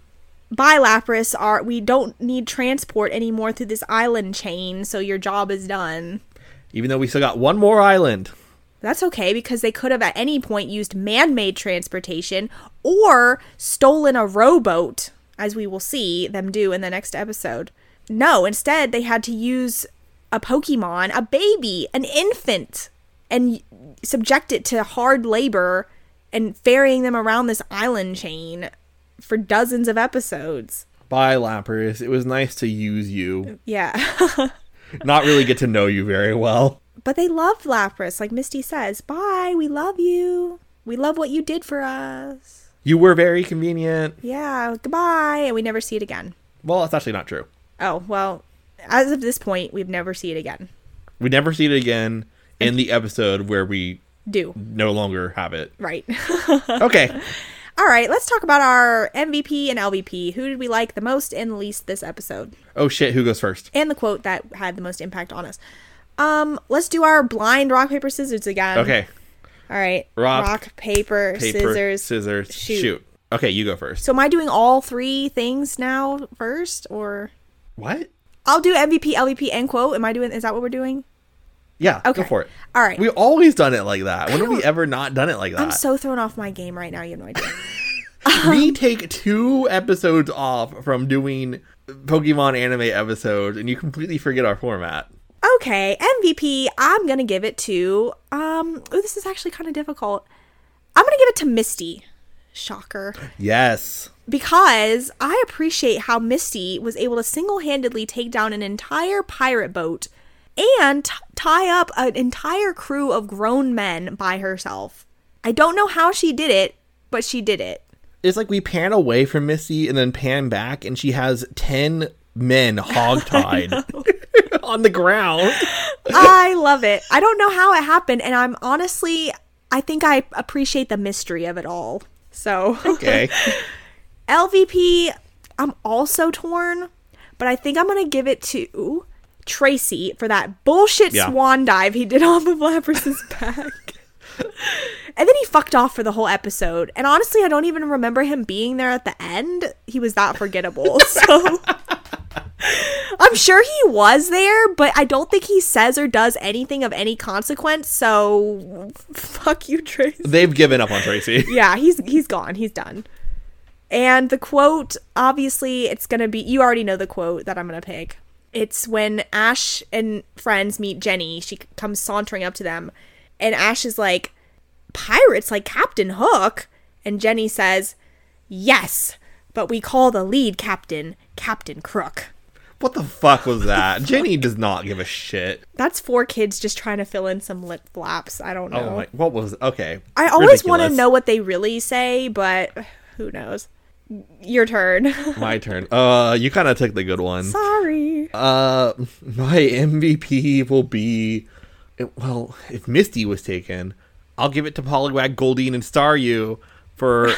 B: By Lapras are we don't need transport anymore through this island chain, so your job is done.
C: Even though we still got one more island.
B: That's okay because they could have at any point used man made transportation or stolen a rowboat, as we will see them do in the next episode. No, instead, they had to use a Pokemon, a baby, an infant, and subject it to hard labor and ferrying them around this island chain for dozens of episodes.
C: Bye, Lapras. It was nice to use you.
B: Yeah. *laughs*
C: Not really get to know you very well.
B: but they loved Lapras. Like Misty says, Bye, we love you. We love what you did for us.
C: You were very convenient.
B: yeah, goodbye, and we never see it again.
C: Well, that's actually not true.
B: Oh, well, as of this point, we've never see it again.
C: We never see it again in the episode where we
B: Do.
C: no longer have it.
B: Right. *laughs*
C: Okay.
B: All right, let's talk about our MVP and LVP. Who did we like the most and least this episode?
C: Oh shit, who goes first?
B: And the quote that had the most impact on us. Um, let's do our blind rock paper scissors again.
C: Okay.
B: All right.
C: Rock,
B: paper,
C: Paper,
B: scissors.
C: scissors,
B: shoot.
C: shoot. Okay, you go first.
B: so am I doing all three things now first or
C: what?
B: I'll do MVP, LVP, and quote. Am I doing is that what we're doing?
C: Yeah,
B: Okay.
C: go for it.
B: All right.
C: We've always done it like that. When have we ever not done it like that?
B: I'm so thrown off my game right now, you have no idea. Um,
C: we take two episodes off from doing Pokemon anime episodes, and you completely forget our format.
B: Okay, MVP, I'm going to give it to um ooh, this is actually kind of difficult. I'm going to give it to Misty. Shocker.
C: Yes.
B: Because I appreciate how Misty was able to single-handedly take down an entire pirate boat and t- tie up an entire crew of grown men by herself. I don't know how she did it, but she did it.
C: It's like we pan away from Missy and then pan back, and she has 10 men
B: *laughs*
C: hogtied *laughs* on the ground.
B: I love it. I don't know how it happened and I'm honestly I think I appreciate the mystery of it all. So
C: Okay.
B: LVP, I'm also torn, but I think I'm going to give it to Tracy for that bullshit
C: Yeah.
B: swan dive he did *laughs* off of Lapras's back. and then he fucked off for the whole episode. And honestly, I don't even remember him being there at the end. He was that forgettable. so I'm sure he was there, but I don't think he says or does anything of any consequence. So fuck you, Tracy
C: They've given up on Tracy.
B: yeah, he's he's gone. He's done. And the quote, obviously, it's gonna be you already know the quote that I'm gonna pick. It's when Ash and friends meet Jenny. She comes sauntering up to them, and Ash is like, "Pirates like Captain Hook," and Jenny says, "Yes, but we call the lead captain Captain Crook."
C: *laughs* What the fuck was that? Jenny does not give a shit.
B: That's four kids just trying to fill in some lip flaps. I don't know.
C: Oh my, what was, okay.
B: I always want to
C: Ridiculous.
B: know what they really say, but who knows? Your turn. *laughs*
C: My turn. Uh, you kind of took the good one.
B: Sorry.
C: Uh, my MVP will be, it- well, if Misty was taken, I'll give it to Poliwag, Goldeen, and Staryu for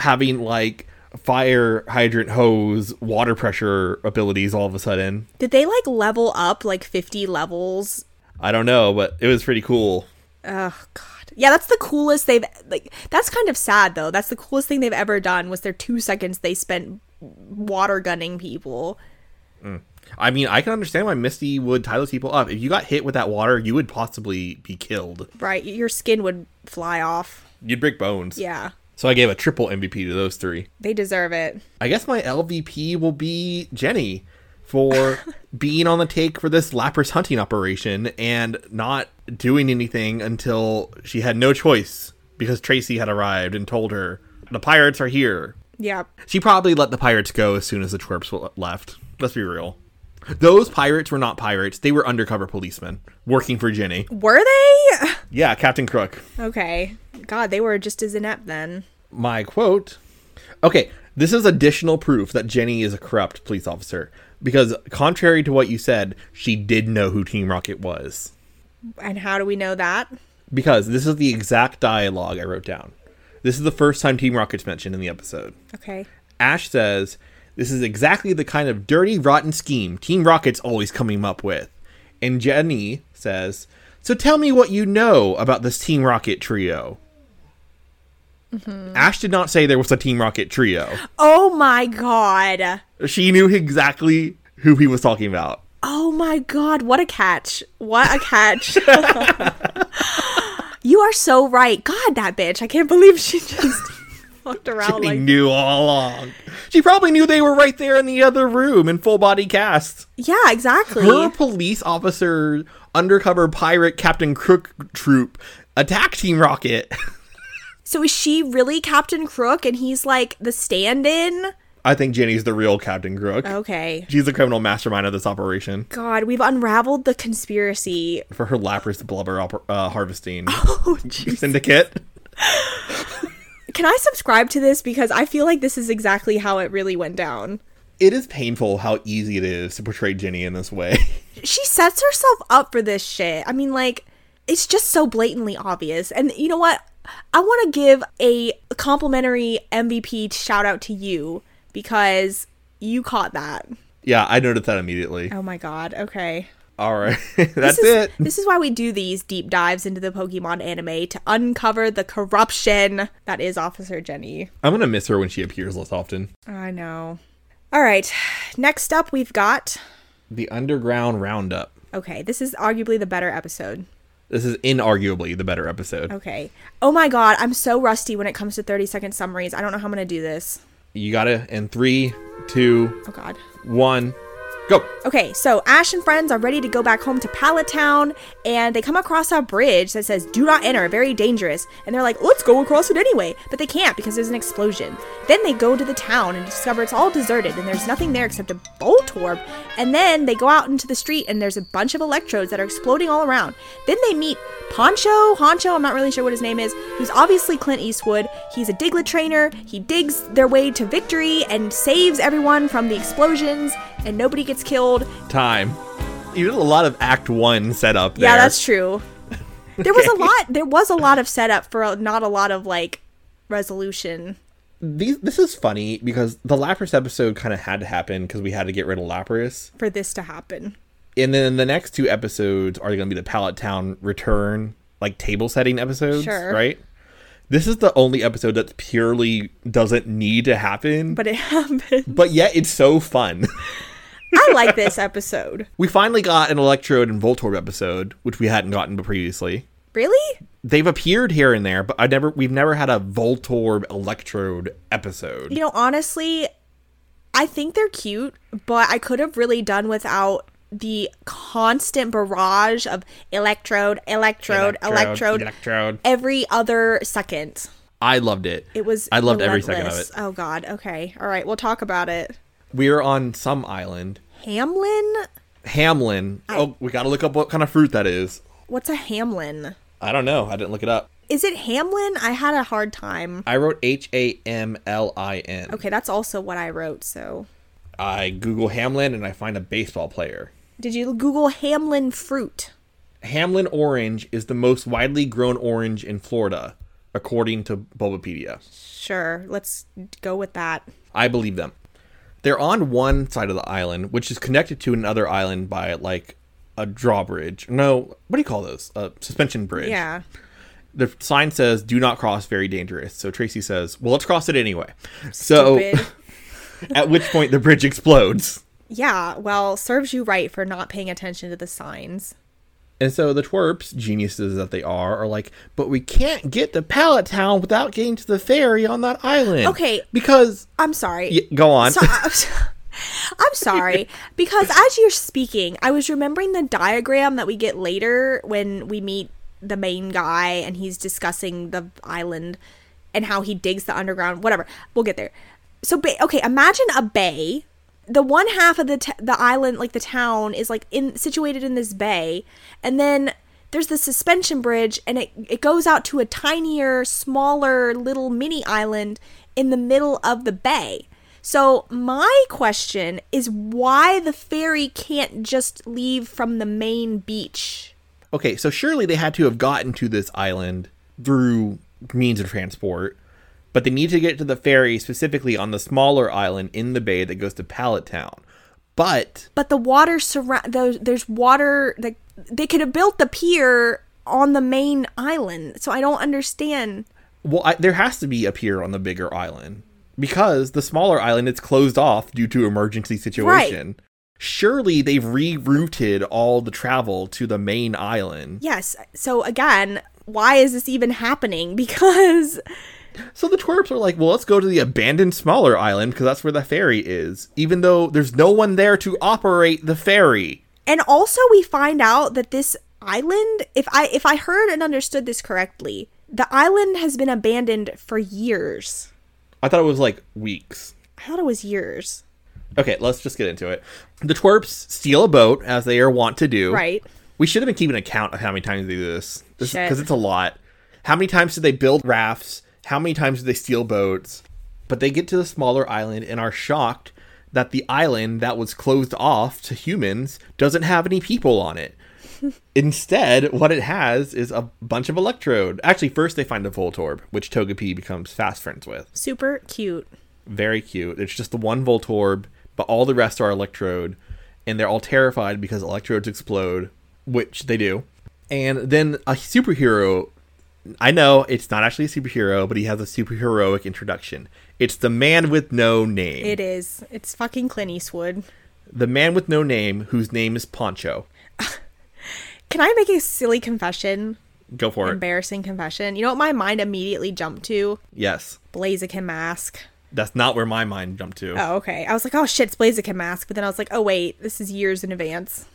C: having like fire hydrant hose water pressure abilities all of a sudden.
B: Did they like level up like 50 levels?
C: I don't know, but it was pretty cool.
B: Oh god. Yeah, that's the coolest they've like that's kind of sad though. That's the coolest thing they've ever done was their 2 seconds they spent water gunning people.
C: I mean, I can understand why Misty would tie those people up. If you got hit with that water, you would possibly be killed.
B: Right, your skin would fly off.
C: You'd break bones.
B: Yeah,
C: So I gave a triple MVP to those three.
B: they deserve it.
C: I guess my LVP will be Jenny for being on the take for this Lapras hunting operation and not doing anything until she had no choice because Tracy had arrived and told her, the pirates are here.
B: Yeah,
C: She probably let the pirates go as soon as the twerps w- left. Let's be real. Those pirates were not pirates. They were undercover policemen working for Jenny.
B: were they? *sighs*
C: Yeah, Captain Crook.
B: Okay. God, they were just as inept then.
C: my quote. Okay, this is additional proof that Jenny is a corrupt police officer because, contrary to what you said, she did know who Team Rocket was.
B: And how do we know that?
C: Because this is the exact dialogue I wrote down. This is the first time Team Rocket's mentioned in the episode.
B: Okay.
C: Ash says, This is exactly the kind of dirty, rotten scheme Team Rocket's always coming up with. And Jenny says, So tell me what you know about this Team Rocket trio. Ash did not say there was a Team Rocket trio.
B: Oh my god.
C: She knew exactly who he was talking about.
B: Oh my god, what a catch. What a catch. *laughs* you are so right. God, that bitch. I can't believe she *laughs* just fucked around
C: He
B: like
C: knew all along. She probably knew they were right there in the other room in full body cast.
B: Yeah, exactly.
C: Her police officer, undercover pirate Captain Crook troop attack Team Rocket. *laughs*
B: So is she really Captain Crook and he's like the stand-in?
C: I think Jenny's the real Captain Crook.
B: Okay.
C: She's the criminal mastermind of this operation
B: God, we've unraveled the conspiracy.
C: for her Lapras blubber oper- uh, harvesting
B: *laughs* Oh, jeez.
C: syndicate.
B: Can I subscribe to this because I feel like this is exactly how it really went down.
C: It is painful how easy it is to portray Jenny in this way. *laughs*
B: she sets herself up for this shit. I mean, like, it's just so blatantly obvious. And you know what? I want to give a complimentary MVP shout out to you because you caught that.
C: yeah, I noticed that immediately.
B: Oh my god. Okay.
C: All right, *laughs* that's
B: This is,
C: it.
B: this is why we do these deep dives into the Pokemon anime to uncover the corruption that is Officer Jenny.
C: I'm gonna miss her when she appears less often.
B: I know. All right. Next up, we've got.
C: The Underground Roundup.
B: Okay, this is arguably the better episode.
C: This is inarguably the better episode.
B: Okay. Oh my god, I'm so rusty when it comes to 30 second summaries. I don't know how I'm going to do this.
C: You gotta in three, two,
B: Oh god.
C: one, go.
B: Okay, so Ash and friends are ready to go back home to Pallet Town, and they come across a bridge that says, Do not enter, very dangerous. And they're like, Let's go across it anyway. But they can't because there's an explosion. Then they go to the town and discover it's all deserted, and there's nothing there except a Boltorb. And then they go out into the street, and there's a bunch of electrodes that are exploding all around. Then they meet Poncho, Honcho, I'm not really sure what his name is, who's obviously Clint Eastwood. He's a Diglett trainer. He digs their way to victory and saves everyone from the explosions, and nobody gets killed.
C: Time. You did a lot of Act One setup there.
B: Yeah, that's true. There was a lot. There was a lot of setup for a, not a lot of like resolution.
C: These, this is funny because the Lapras episode kind of had to happen because we had to get rid of Lapras.
B: for this to happen.
C: And then the next two episodes are going to be the Pallet Town return, like table setting episodes,
B: Sure.
C: right? This is the only episode that purely doesn't need to happen,
B: But it *laughs* happened.
C: but yet it's so fun. *laughs*
B: I like this episode.
C: We finally got an Electrode and Voltorb episode, which we hadn't gotten previously.
B: Really?
C: They've appeared here and there, but I never we've never had a Voltorb Electrode episode.
B: You know, honestly, I think they're cute, but I could have really done without the constant barrage of electrode, electrode, electrode,
C: Electrode.
B: every other second.
C: I loved it.
B: It was
C: I loved every second of
B: relentless.
C: it.
B: Oh god. Okay. All right, we'll talk about it.
C: We are on some island,
B: Hamlin?
C: Hamlin. oh, we got to look up what kind of fruit that is.
B: What's a Hamlin?
C: I don't know. I didn't look it up.
B: Is it Hamlin? I had a hard time.
C: I wrote H A M L I N.
B: Okay, that's also what I wrote, so
C: I Google Hamlin and I find a baseball player.
B: Did you Google Hamlin fruit?
C: Hamlin orange is the most widely grown orange in Florida, according to Bulbapedia.
B: Sure, let's go with that.
C: I believe them. They're on one side of the island, which is connected to another island by like a drawbridge. No, what do you call those? A suspension bridge.
B: Yeah.
C: The sign says "Do not cross, very dangerous." So Tracy says, "Well, let's cross it anyway." So
B: Stupid.
C: *laughs* At which point the bridge explodes.
B: Yeah, well, serves you right for not paying attention to the signs.
C: And so the twerps, geniuses that they are, are like, but we can't get to Pallet Town without getting to the ferry on that island.
B: Okay.
C: Because.
B: I'm sorry.
C: Y- go on.
B: So- *laughs* I'm so-
C: *laughs*
B: I'm sorry because as you're speaking, I was remembering the diagram that we get later when we meet the main guy and he's discussing the island and how he digs the underground. Whatever, we'll get there. So, ba- okay, imagine a bay. The one half of the t- the island, like the town, is like in situated in this bay, and then there's the suspension bridge, and it it goes out to a tinier, smaller, little mini island in the middle of the bay. So, my question is why the ferry can't just leave from the main beach?
C: Okay, so surely they had to have gotten to this island through means of transport, but they need to get to the ferry specifically on the smaller island in the bay that goes to Pallet Town. But
B: But the water surround there's, there's water that they could have built the pier on the main island. So I don't understand.
C: well, I, there has to be a pier on the bigger island because the smaller island it's closed off due to emergency situation. Surely they've rerouted all the travel to the main island.
B: Yes. So again, why is this even happening? *laughs* Because
C: So the twerps are like, well, let's go to the abandoned smaller island because that's where the ferry is, even though there's no one there to operate the ferry.
B: and also we find out that this island if i if i heard and understood this correctly the island has been abandoned for years
C: I thought it was like weeks.
B: i thought it was years
C: Okay, let's just get into it. The twerps steal a boat as they are wont to do.
B: Right.
C: We should have been keeping account of how many times they do this
B: Shit.
C: because it's a lot. How many times did they build rafts? How many times did they steal boats? But they get to the smaller island and are shocked that the island that was closed off to humans doesn't have any people on
B: *laughs*
C: it. Instead, what it has is a bunch of electrode. Actually, first they find a Voltorb, which Togepi becomes fast friends with.
B: super cute
C: Very cute. It's just the one Voltorb, but all the rest are Electrode, and they're all terrified because Electrodes explode, which they do. And then a superhero. I know it's not actually a superhero, but he has a superheroic introduction. It's the man with no name.
B: it is it's fucking clint eastwood
C: the man with no name, whose name is Poncho.
B: can i make a silly confession
C: Go for it.
B: embarrassing confession you know what my mind immediately jumped to
C: Yes.
B: blaziken mask
C: That's not where my mind jumped to.
B: oh okay i was like oh shit it's blaziken mask but then i was like oh wait this is years in advance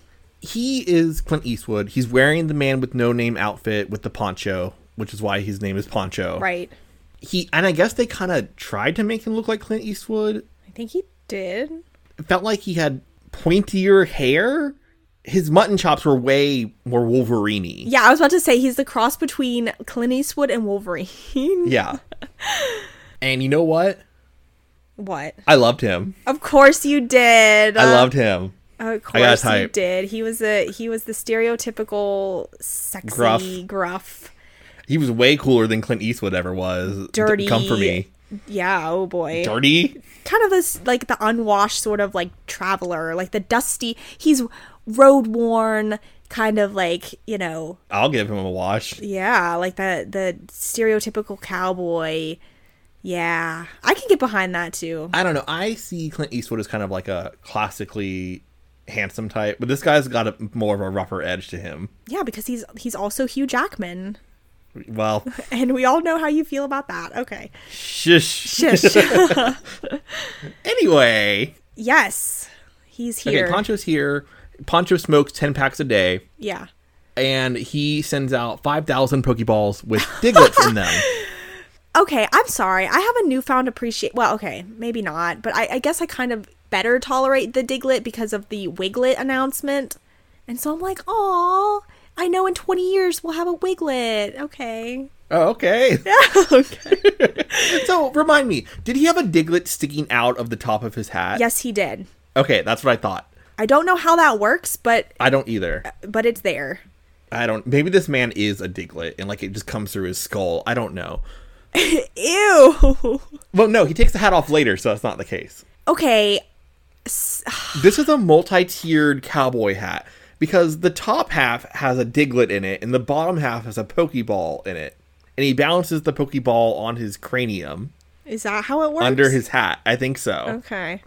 C: he is Clint Eastwood. He's wearing the man with no name outfit with the poncho, which is why his name is Poncho.
B: right
C: he and I guess they kind of tried to make him look like Clint Eastwood.
B: i think he did
C: It felt like he had pointier hair. His mutton chops were way more Wolverine-y.
B: Yeah, I was about to say he's the cross between Clint Eastwood and Wolverine. *laughs*
C: Yeah. and you know what?
B: What?
C: I loved him.
B: Of course you did.
C: I loved him.
B: Of
C: I got
B: course you
C: type.
B: did. He was a he was the stereotypical sexy
C: Gruff.
B: gruff,
C: He was way cooler than Clint Eastwood ever was. D-
B: dirty.
C: Come for me.
B: Yeah. Oh boy.
C: Dirty?
B: Kind of this like the unwashed sort of like traveler, like the dusty. He's road worn. Kind of like you know,
C: I'll give him a wash.
B: yeah, like the the stereotypical cowboy. Yeah, I can get behind that too.
C: I don't know. I see Clint Eastwood as kind of like a classically handsome type, but this guy's got a more of a rougher edge to him.
B: Yeah, because he's he's also Hugh Jackman, *laughs*
C: Well,
B: and we all know how you feel about that. Okay.
C: shush.
B: Shush.
C: Anyway,
B: *laughs* yes, he's here.
C: Okay, Poncho's here. Poncho smokes 10 packs a day,
B: yeah.
C: and he sends out 5,000 Pokeballs
B: *laughs*
C: with Diglets in them.
B: Okay, I'm sorry. I have a newfound appreciate. Well, okay, maybe not, but I, I guess I kind of better tolerate the Diglett because of the Wiglet announcement, and so I'm like, oh, I know in 20 years we'll have a Wiglet. Okay.
C: Oh,
B: *laughs*
C: okay.
B: okay.
C: *laughs* So, remind me, did he have a Diglet sticking out of the top of his hat?
B: Yes, he did.
C: Okay, that's what I thought.
B: I don't know how that works, but
C: I don't either.
B: but it's there.
C: I don't. Maybe this man is a Diglet, and like it just comes through his skull. I don't know.
B: Ew. *laughs*
C: Well, no, he takes the hat off later, so that's not the case.
B: Okay,
C: This is a multi-tiered cowboy hat because the top half has a diglet in it and the bottom half has a pokeball in it. And he balances the pokeball on his cranium.
B: Is that how it works?
C: under his hat. I think so.
B: Okay.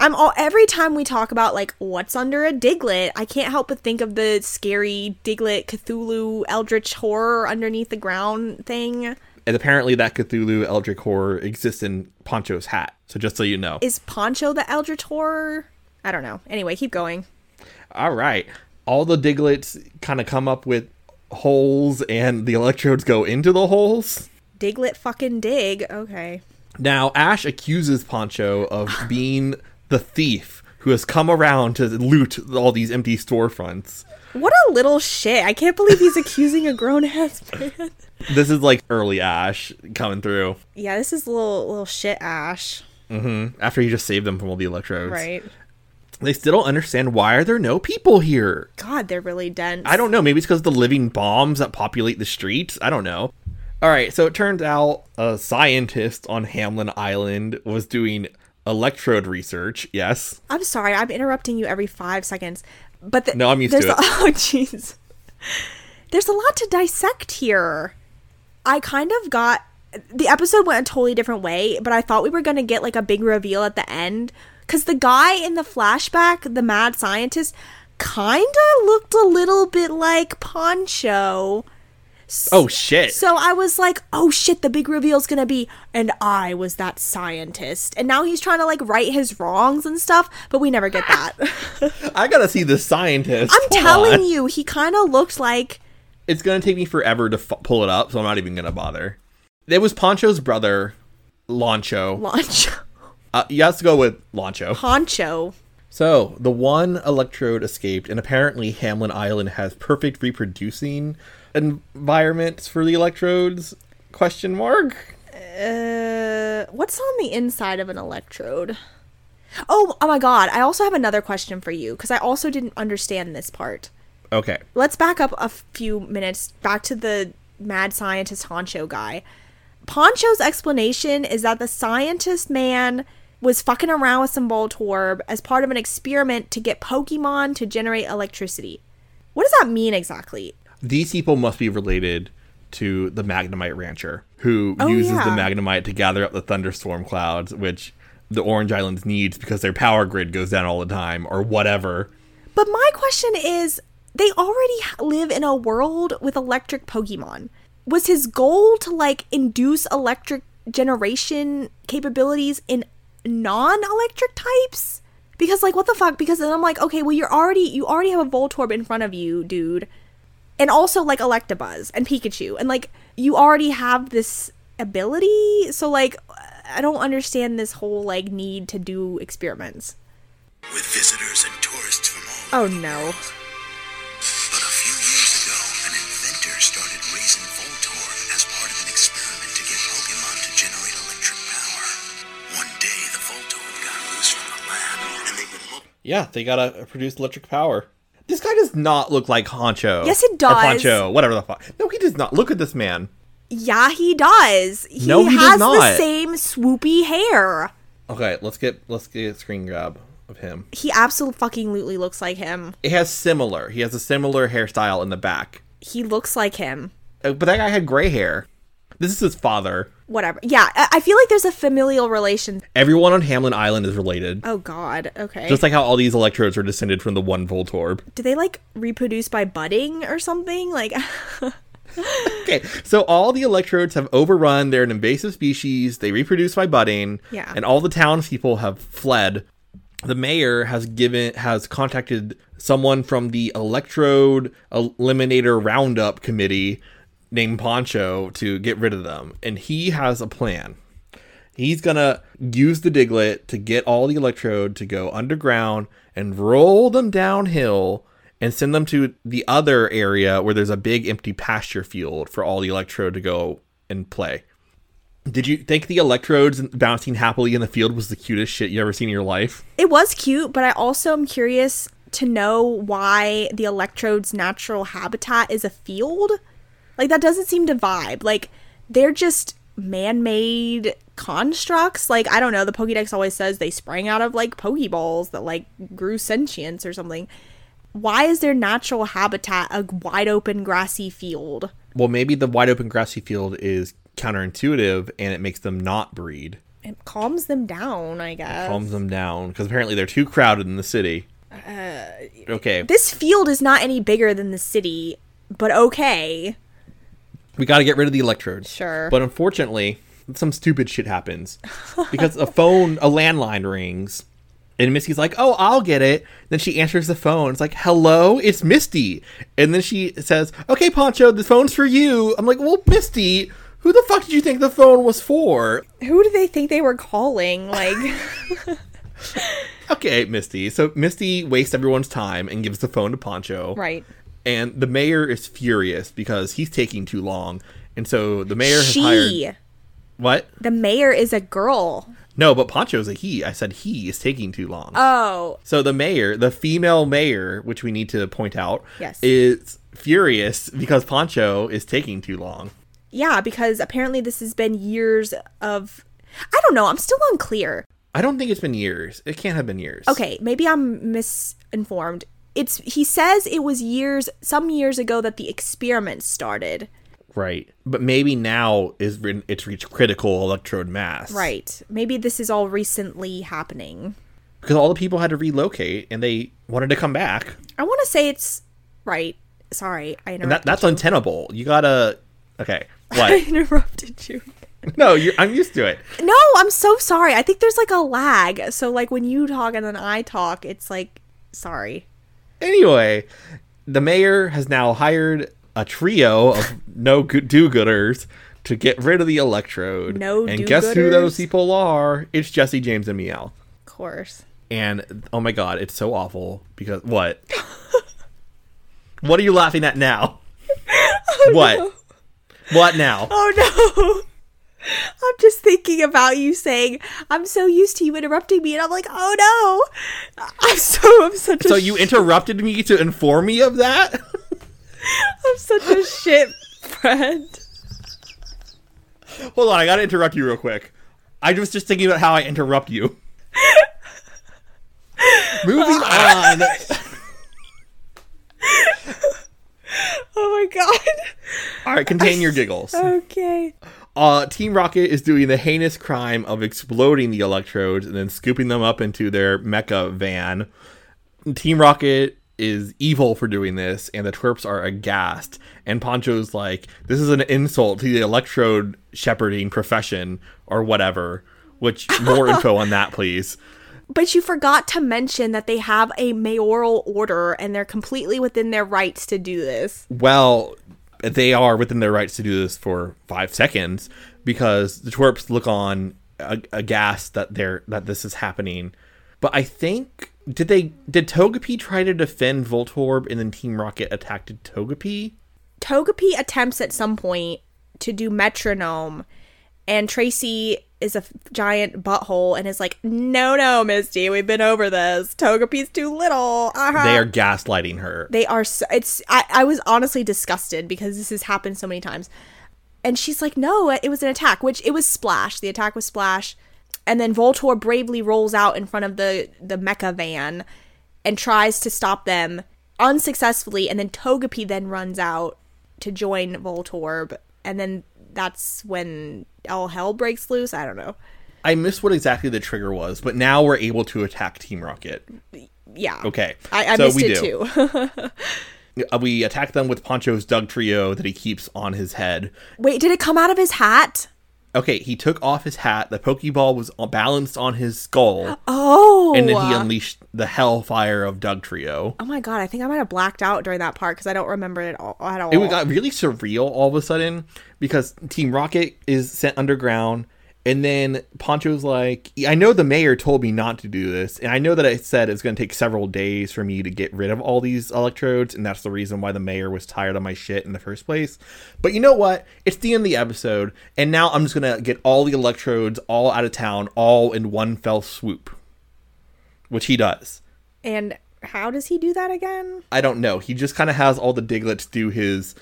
B: I'm all every time we talk about like what's under a diglet, I can't help but think of the scary diglet Cthulhu eldritch horror underneath the ground thing.
C: And apparently, that Cthulhu Eldritch horror exists in Poncho's hat. So just so you know.
B: Is Poncho the eldritch horror? I don't know. Anyway, keep going.
C: All right. All the Diglets kind of come up with holes, and the electrodes go into the holes.
B: Diglet fucking dig. Okay.
C: Now, Ash accuses Poncho of
B: *laughs*
C: being the thief who has come around to loot all these empty storefronts.
B: What a little shit. I can't believe he's accusing a grown ass *laughs* man.
C: This is like early Ash coming through
B: Yeah, this is little little shit ash.
C: after he just saved them from all the electrodes.
B: Right.
C: They still don't understand why are there no people here?
B: God, they're really dense.
C: I don't know. Maybe it's because of the living bombs that populate the streets. I don't know. All right. So it turns out a scientist on Hamlin Island was doing electrode research. Yes.
B: I'm sorry, I'm interrupting you every five seconds. But the,
C: No, I'm used
B: there's
C: to it.
B: A, *laughs* oh, jeez. There's a lot to dissect here. I kind of got the episode went a totally different way, but I thought we were gonna get like a big reveal at the end because the guy in the flashback, the mad scientist, kind of looked a little bit like Poncho.
C: Oh, shit.
B: So I was like, oh shit, the big reveal's gonna be, and I was that scientist. And now he's trying to like right his wrongs and stuff, but we never get that. *laughs*
C: I got to see the scientist.
B: I'm
C: Hold
B: telling
C: on.
B: you, he kind of looked like
C: It's going to take me forever to f- pull it up, so I'm not even going to bother. It was Poncho's brother, Lancho.
B: Lancho. *laughs*
C: Uh, you have to go with Lancho.
B: Poncho.
C: So the one electrode escaped, and apparently Hamlin Island has perfect reproducing environments for the electrodes? Question mark.
B: Uh, what's on the inside of an electrode? Oh, oh my god, I also have another question for you because I also didn't understand this part.
C: Okay.
B: let's back up a few minutes back to the mad scientist honcho guy poncho's explanation is that the scientist man was fucking around with some voltorb as part of an experiment to get pokemon to generate electricity what does that mean exactly
C: These people must be related to the Magnemite Rancher, who uses the
B: yeah.
C: Magnemite to gather up the thunderstorm clouds, which the Orange Islands needs because their power grid goes down all the time or whatever.
B: but my question is they already h- live in a world with electric pokemon was his goal to like induce electric generation capabilities in non-electric types because like what the fuck because then i'm like okay well you're already you already have a voltorb in front of you dude and also like electabuzz and pikachu and like you already have this ability so like i don't understand this whole like need to do experiments
D: with visitors and tourists from all.
B: oh no
D: But a few years ago, an inventor started raising Voltor as part of an experiment to get Pokemon to generate electric power. One day, the Voltor got loose from the lab, and they would look.
C: Yeah, they gotta produce electric power. This guy does not look like Honcho.
B: Yes, it
C: Or
B: does.
C: Poncho, whatever the fuck. No, he does not. Look at this man.
B: Yeah, he does. He
C: No, he does
B: has the
C: not.
B: same swoopy hair.
C: Okay, let's get let's get a screen grab of him.
B: He absolutely fucking lutely looks like him.
C: It has similar. He has a similar hairstyle in the back,
B: He looks like him.
C: Uh, but that guy had gray hair. This is his father.
B: Whatever. Yeah, I, I feel like there's a familial relation.
C: Everyone on Hamlin Island is related,
B: Oh God. Okay.
C: just like how all these electrodes are descended from the one Voltorb.
B: Do they like reproduce by budding or something? Like, *laughs*
C: Okay, so all the electrodes have overrun. They're an invasive species. They reproduce by budding.
B: Yeah.
C: And all the townspeople have fled. The mayor has given has contacted someone from the electrode eliminator roundup committee named Poncho to get rid of them, and he has a plan. He's gonna use the diglet to get all the electrode to go underground and roll them downhill and send them to the other area where there's a big empty pasture field for all the electrode to go and play. Did you think the electrodes bouncing happily in the field was the cutest shit you ever seen in your life?
B: it was cute, but I also am curious to know why the electrode's natural habitat is a field. Like that doesn't seem to vibe. Like they're just man-made constructs. Like I don't know. The Pokédex always says they sprang out of like Pokeballs that like grew sentience or something. Why is their natural habitat a wide open grassy field?
C: Well, maybe the wide open grassy field is counterintuitive and it makes them not breed,
B: It calms them down, I guess.
C: calms them down because apparently they're too crowded in the city. okay,
B: this field is not any bigger than the city, but okay.
C: we got to get rid of the electrodes.
B: Sure.
C: But unfortunately, some stupid shit happens because a phone, a landline rings, and Misty's like, "Oh, I'll get it." Then she answers the phone. It's like, "Hello, it's Misty," and then she says, "Okay, Poncho, the phone's for you." I'm like, "Well, Misty." Who the fuck did you think the phone was for?
B: Who do they think they were calling? Like,
C: Okay, Misty. So Misty wastes everyone's time and gives the phone to Poncho.
B: right.
C: And the mayor is furious because he's taking too long. And so the mayor has
B: She.
C: hired what?
B: The mayor is a girl.
C: No, but Poncho's a he. I said he is taking too long.
B: Oh,
C: so the mayor, the female mayor, which we need to point out,
B: Yes.
C: is furious because Poncho is taking too long.
B: yeah, because apparently this has been years of. I don't know. I'm still unclear.
C: I don't think it's been years. It can't have been years.
B: Okay, maybe I'm misinformed. It's he says it was years, some years ago that the experiment started.
C: Right. But maybe now is re- it's reached critical electrode mass.
B: Right. Maybe this is all recently happening.
C: Because all the people had to relocate and they wanted to come back.
B: I want to say it's right. Sorry, I
C: And that
B: interrupted.
C: that's untenable. You gotta Okay. What?
B: *laughs* I interrupted you.
C: no, you're, I'm used to it.
B: No, I'm so sorry. I think there's like a lag. So like when you talk and then I talk, it's like sorry.
C: Anyway, the mayor has now hired a trio of *laughs* no good do-gooders to get rid of the electrode.
B: No
C: and guess who those
B: do-gooders?
C: people are? It's Jesse James and Miel.
B: Of course.
C: And oh my god, it's so awful because
B: *laughs*
C: what? what are you laughing at now? what? What now?
B: Oh no. *laughs* I'm just thinking about you saying, I'm so used to you interrupting me and I'm like, "Oh no." I'm so I'm such
C: So
B: a
C: you interrupted me to inform me of that? *laughs*
B: I'm such a shit friend.
C: Hold on, I gotta interrupt you real quick. I was just thinking about how I interrupt you. *laughs* Moving on.
B: Oh my god. *laughs*
C: All right, contain your giggles.
B: Okay.
C: Uh, Team Rocket is doing the heinous crime of exploding the electrodes and then scooping them up into their mecha van. Team Rocket is evil for doing this, and the twerps are aghast. And Poncho's like, this is an insult to the electrode shepherding profession or whatever. Which, *laughs* more info on that, please.
B: But you forgot to mention that they have a mayoral order and they're completely within their rights to do this.
C: Well, they are within their rights to do this for five seconds because the twerps look on ag- aghast that they're that this is happening. But I think did they did Togepi try to defend Voltorb and then Team Rocket attacked Togepi?
B: Togepi attempts at some point to do metronome, and Tracy is a f- giant butthole and is like, "No, no, Misty, we've been over this. Togepi's too little." Uh-huh.
C: They are gaslighting her.
B: They are. So, it's. I, I was honestly disgusted because this has happened so many times, and she's like, "No, it was an attack. Which it was Splash. The attack was Splash." And then Voltor bravely rolls out in front of the the mecha van, and tries to stop them unsuccessfully. And then Togepi then runs out to join Voltorb, and then that's when all hell breaks loose. I don't know.
C: I missed what exactly the trigger was, but now we're able to attack Team Rocket.
B: Yeah.
C: Okay,
B: I, I
C: so
B: missed
C: we
B: it
C: do.
B: too. *laughs*
C: Uh, We attack them with Poncho's Doug Trio that he keeps on his head.
B: Wait, did it come out of his hat?
C: Okay, he took off his hat. The Pokeball was on- balanced on his skull.
B: Oh.
C: and then he unleashed the hellfire of Doug Trio.
B: Oh my god, I think I might have blacked out during that part because I don't remember it all, at all.
C: It got really surreal all of a sudden because Team Rocket is sent underground, and then Poncho's like, "I know the mayor told me not to do this, and I know that I said it's going to take several days for me to get rid of all these electrodes, and that's the reason why the mayor was tired of my shit in the first place. But you know what? It's the end of the episode, and now I'm just going to get all the electrodes all out of town, all in one fell swoop." Which he does.
B: and how does he do that again?
C: I don't know. He just kind of has all the Diglets do his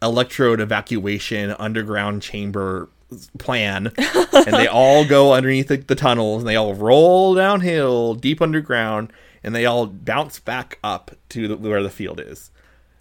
C: electrode evacuation underground chamber plan, and *laughs* they all go underneath the, the tunnels and they all roll downhill deep underground, and they all bounce back up to the, where the field is,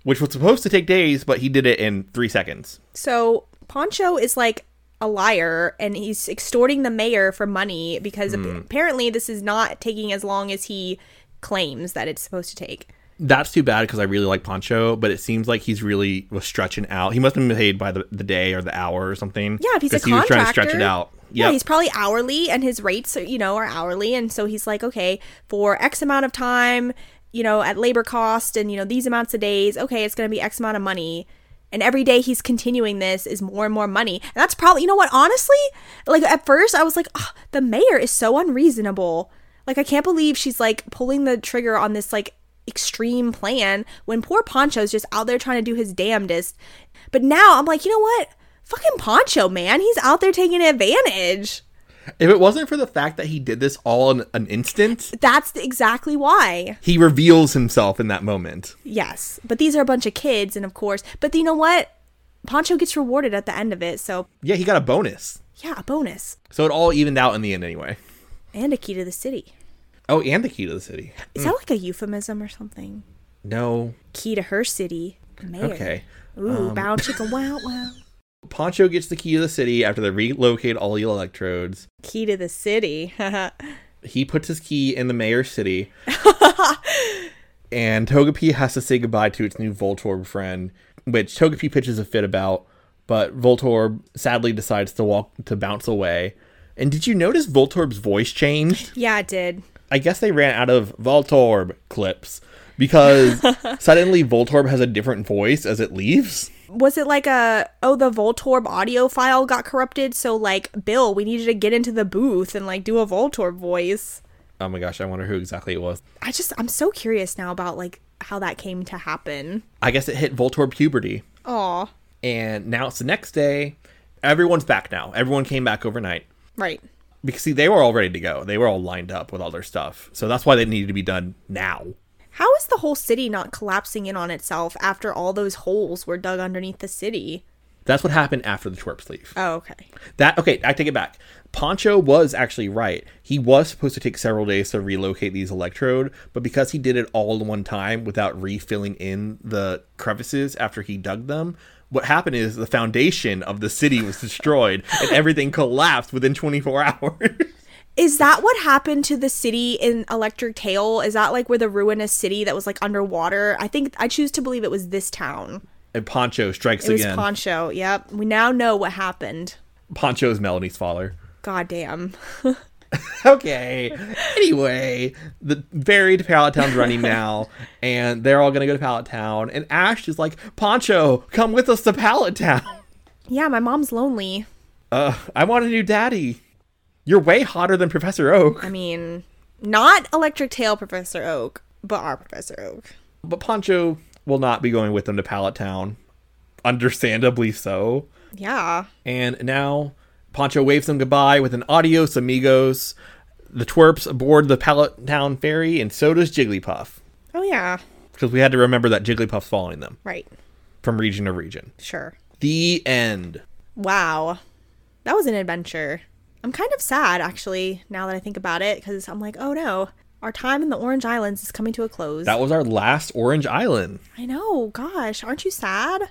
C: which was supposed to take days, but he did it in three seconds.
B: So Poncho is like a liar and he's extorting the mayor for money because ap- apparently this is not taking as long as he claims that it's supposed to take.
C: That's too bad because I really like Poncho, but it seems like he's really was stretching out. He must have been paid by the, the day or the hour or something.
B: Yeah, if he's a
C: 'cause
B: contractor,
C: he was trying to stretch it out.
B: Yeah,
C: Yep.
B: he's probably hourly, and his rates, are, you know, are hourly, and so he's like, okay, for X amount of time, you know, at labor cost, and you know these amounts of days, okay, it's going to be X amount of money, and every day he's continuing this is more and more money, and that's probably, you know, what honestly, like at first I was like, oh, the mayor is so unreasonable, like I can't believe she's like pulling the trigger on this like extreme plan when poor Poncho's just out there trying to do his damnedest, but now I'm like, you know what? Fucking Poncho, man. He's out there taking advantage.
C: if it wasn't for the fact that he did this all in an instant,
B: That's exactly why.
C: he reveals himself in that moment.
B: Yes. But these are a bunch of kids, and of course, but you know what? Poncho gets rewarded at the end of it. So,
C: Yeah, he got a bonus.
B: yeah, a bonus
C: So it all evened out in the end anyway.
B: and a key to the city.
C: Oh, and the key to the city.
B: Is that like a euphemism or something?
C: No.
B: Key to her city. Mayor.
C: Okay.
B: Ooh, bow chicka wow wow.
C: Poncho gets the key to the city after they relocate all the electrodes.
B: Key to the city. *laughs*
C: He puts his key in the mayor's city. and Togepi has to say goodbye to its new Voltorb friend, which Togepi pitches a fit about, but Voltorb sadly decides to walk to bounce away. And did you notice Voltorb's voice changed?
B: yeah, it did.
C: I guess they ran out of Voltorb clips because suddenly Voltorb has a different voice as it leaves.
B: was it like a oh the Voltorb audio file got corrupted so like Bill we need you to get into the booth and like do a Voltorb voice.
C: Oh my gosh, I wonder who exactly it was.
B: I just I'm so curious now about like how that came to happen.
C: I guess it hit Voltorb puberty.
B: Aw,
C: And now it's the next day. Everyone's back now. Everyone came back overnight.
B: right.
C: Because, see, they were all ready to go. They were all lined up with all their stuff. So that's why they needed to be done now.
B: How is the whole city not collapsing in on itself after all those holes were dug underneath the city?
C: That's what happened after the twerp sleeve.
B: Oh, okay.
C: That okay, I take it back. Poncho was actually right. He was supposed to take several days to relocate these electrode, but because he did it all in one time without refilling in the crevices after he dug them, what happened is the foundation of the city was destroyed and everything collapsed within 24 *laughs* hours.
B: Is that what happened to the city in Electric Tale? Is that like where the ruinous city that was like underwater? I think I choose to believe it was this town.
C: and Poncho strikes
B: It was
C: again.
B: Poncho. Yep. We now know what happened.
C: Poncho is Melanie's father.
B: God damn.
C: *laughs* Okay. Anyway, the buried Pallet Town's running now, and they're all gonna go to Pallet Town. And Ash is like, Poncho, come with us to Pallet Town. *laughs*
B: Yeah, my mom's lonely.
C: I want a new daddy. You're way hotter than Professor Oak.
B: I mean, not Electric Tail Professor Oak, but our Professor Oak.
C: But Poncho will not be going with them to Pallet Town. Understandably so.
B: Yeah.
C: And now Poncho waves them goodbye with an adios amigos. The twerps board the Pallet Town ferry, and so does Jigglypuff.
B: Oh, yeah.
C: Because we had to remember that Jigglypuff's following them
B: Right.
C: from region to region.
B: Sure.
C: The end.
B: Wow. That was an adventure. I'm kind of sad, actually, now that I think about it, because I'm like, oh no, our time in the Orange Islands is coming to a close.
C: That was our last Orange Island.
B: I know. Gosh, aren't you sad?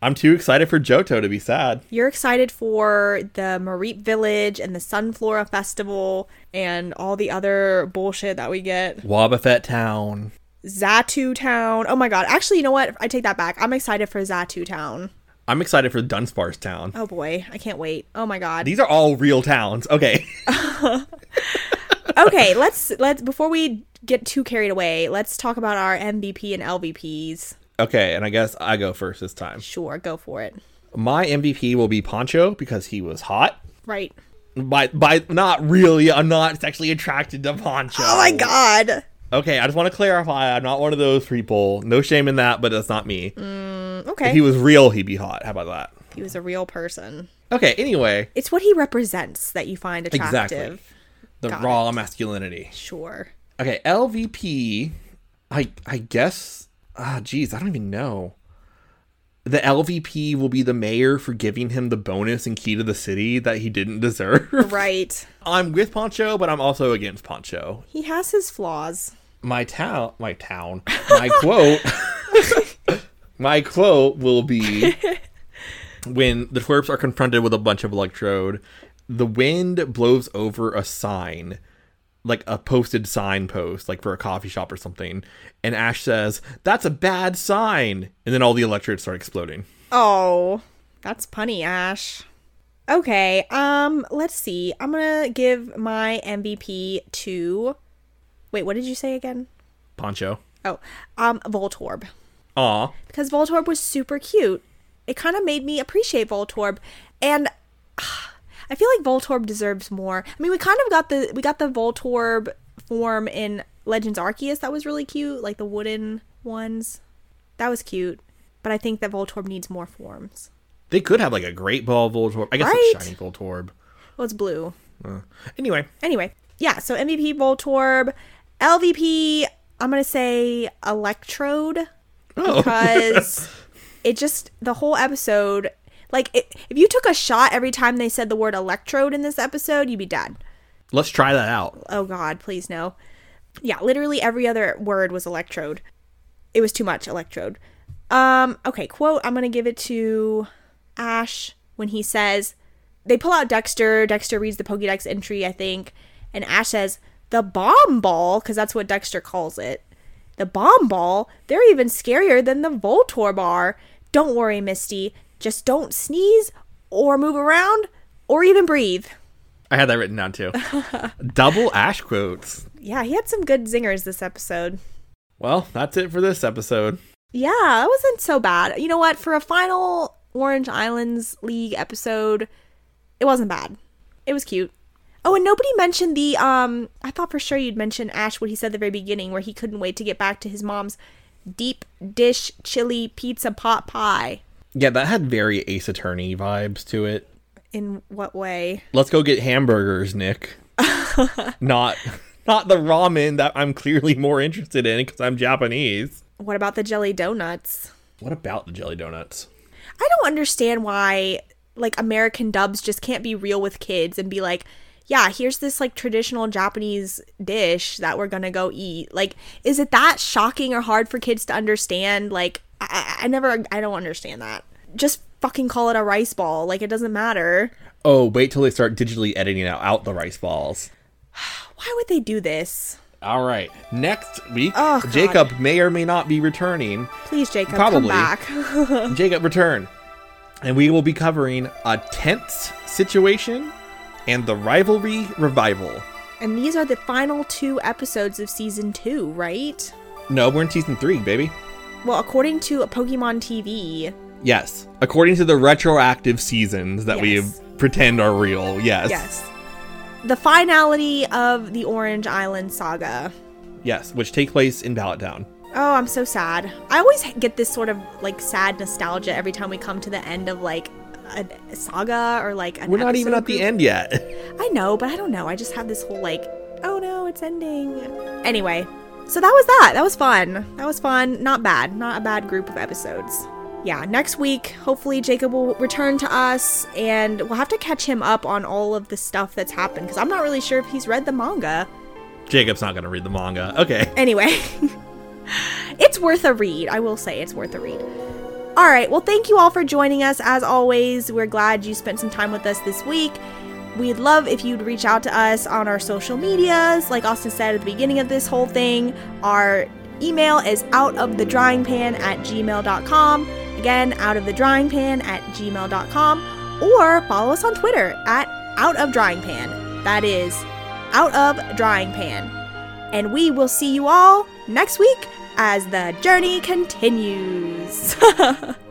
C: I'm too excited for Johto to be sad.
B: You're excited for the Mareep Village and the Sunflora Festival and all the other bullshit that we get.
C: Wobbuffet Town.
B: Zatu Town. Oh my god. Actually, you know what? I take that back. I'm excited for Zatu Town.
C: I'm excited for Dunsparce Town.
B: Oh boy, I can't wait. Oh my god.
C: These are all real towns. Okay. *laughs*
B: Okay, let's let's before we get too carried away, let's talk about our MVP and LVPs.
C: Okay, and I guess I go first this time.
B: Sure, go for it.
C: My MVP will be Poncho because he was hot.
B: Right.
C: By by not really, I'm not sexually attracted to Poncho.
B: Oh my god.
C: Okay, I just want to clarify, I'm not one of those people. No shame in that, but that's not me.
B: Okay.
C: If he was real, he'd be hot. How about that?
B: he was a real person.
C: Okay, anyway.
B: It's what he represents that you find attractive.
C: Exactly. The
B: Got
C: raw masculinity.
B: Sure.
C: Okay, LVP. I I guess. Ah, geez, I don't even know. The LVP will be the mayor for giving him the bonus and key to the city that he didn't *laughs* deserve.
B: Right.
C: I'm with Poncho, but I'm also against Poncho.
B: He has his flaws.
C: My town, my *laughs* town, my quote. my quote will be. when the twerps are confronted with a bunch of electrode, the wind blows over a sign, like a posted signpost, like for a coffee shop or something. And Ash says, That's a bad sign. And then all the electrodes start exploding.
B: Oh, that's punny, Ash. Okay, um, let's see. I'm gonna give my MVP to. Wait, what did you say again?
C: Poncho.
B: Oh, um, Voltorb.
C: Aw.
B: Because Voltorb was super cute. It kind of made me appreciate Voltorb, and *sighs* ah, I feel like Voltorb deserves more. I mean, we kind of got the we got the Voltorb form in Legends Arceus. That was really cute, like the wooden ones. That was cute, but I think that Voltorb needs more forms.
C: They could have like a great ball Voltorb. I guess
B: Right.
C: it's shiny Voltorb.
B: Well, it's blue.
C: Anyway,
B: Anyway, yeah, so MVP Voltorb, LVP, I'm going to say Electrode because it just, the whole episode, like, it, if you took a shot every time they said the word electrode in this episode, you'd be dead.
C: let's try that out.
B: Oh, God, please no. Yeah, literally every other word was electrode. It was too much electrode. Um, okay, quote, I'm going to give it to Ash when he says, they pull out Dexter. Dexter reads the Pokédex entry, I think, and Ash says, "The bomb ball," because that's what Dexter calls it. The bomb ball. They're even scarier than the Voltorb are. Don't worry, Misty. Just don't sneeze or move around or even breathe.
C: I had that written down too. Double Ash quotes.
B: Yeah, he had some good zingers this episode.
C: Well, that's it for this episode.
B: Yeah, that wasn't so bad. You know what? For a final Orange Islands League episode, it wasn't bad. It was cute. Oh, and nobody mentioned the um I thought for sure you'd mention Ash what he said at the very beginning where he couldn't wait to get back to his mom's deep dish chili pizza pot pie.
C: Yeah, that had very Ace Attorney vibes to it.
B: In what way?
C: Let's go get hamburgers,
B: *laughs*
C: Nick. not not the ramen that I'm clearly more interested in because I'm Japanese.
B: What about the jelly donuts?
C: What about the jelly donuts?
B: I don't understand why like American dubs just can't be real with kids and be like, yeah, here's this like traditional Japanese dish that we're gonna go eat. Like, is it that shocking or hard for kids to understand? Like, I, I I never, I don't understand that. Just fucking call it a rice ball. Like, it doesn't matter.
C: Oh, wait till they start digitally editing out, out the rice balls.
B: Why would they do this?
C: All right. Next week,
B: Oh, God.
C: Jacob may or may not be returning.
B: Please, Jacob,
C: Probably.
B: come back. *laughs*
C: Jacob, return. And we will be covering a tense situation and the rivalry revival.
B: and these are the final two episodes of season two, right?
C: No, we're in season three, baby.
B: Well, according to Pokemon TV,
C: Yes. According to the retroactive seasons that
B: Yes.
C: we pretend are real. Yes.
B: Yes. The finality of the Orange Island saga.
C: Yes, which take place in Pallet Town.
B: Oh, I'm so sad. I always get this sort of like sad nostalgia every time we come to the end of like a a saga or like an
C: We're not even
B: episode
C: at the
B: group.
C: end yet. *laughs*
B: I know, but I don't know. I just have this whole like, oh no, it's ending. Anyway, so that was that. That was fun. That was fun. Not bad. Not a bad group of episodes. Yeah, next week, hopefully Jacob will return to us and we'll have to catch him up on all of the stuff that's happened because I'm not really sure if he's read the manga.
C: Jacob's not going to read the manga. Okay.
B: Anyway, *laughs* it's worth a read. I will say it's worth a read. All right. Well, thank you all for joining us. As always, we're glad you spent some time with us this week. We'd love if you'd reach out to us on our social medias. Like Austin said at the beginning of this whole thing, our email is outofthedryingpan at gmail.com. Again, outofthedryingpan at gmail.com. Or follow us on Twitter at outofdryingpan. That is out of drying pan. And we will see you all next week as the journey continues. *laughs*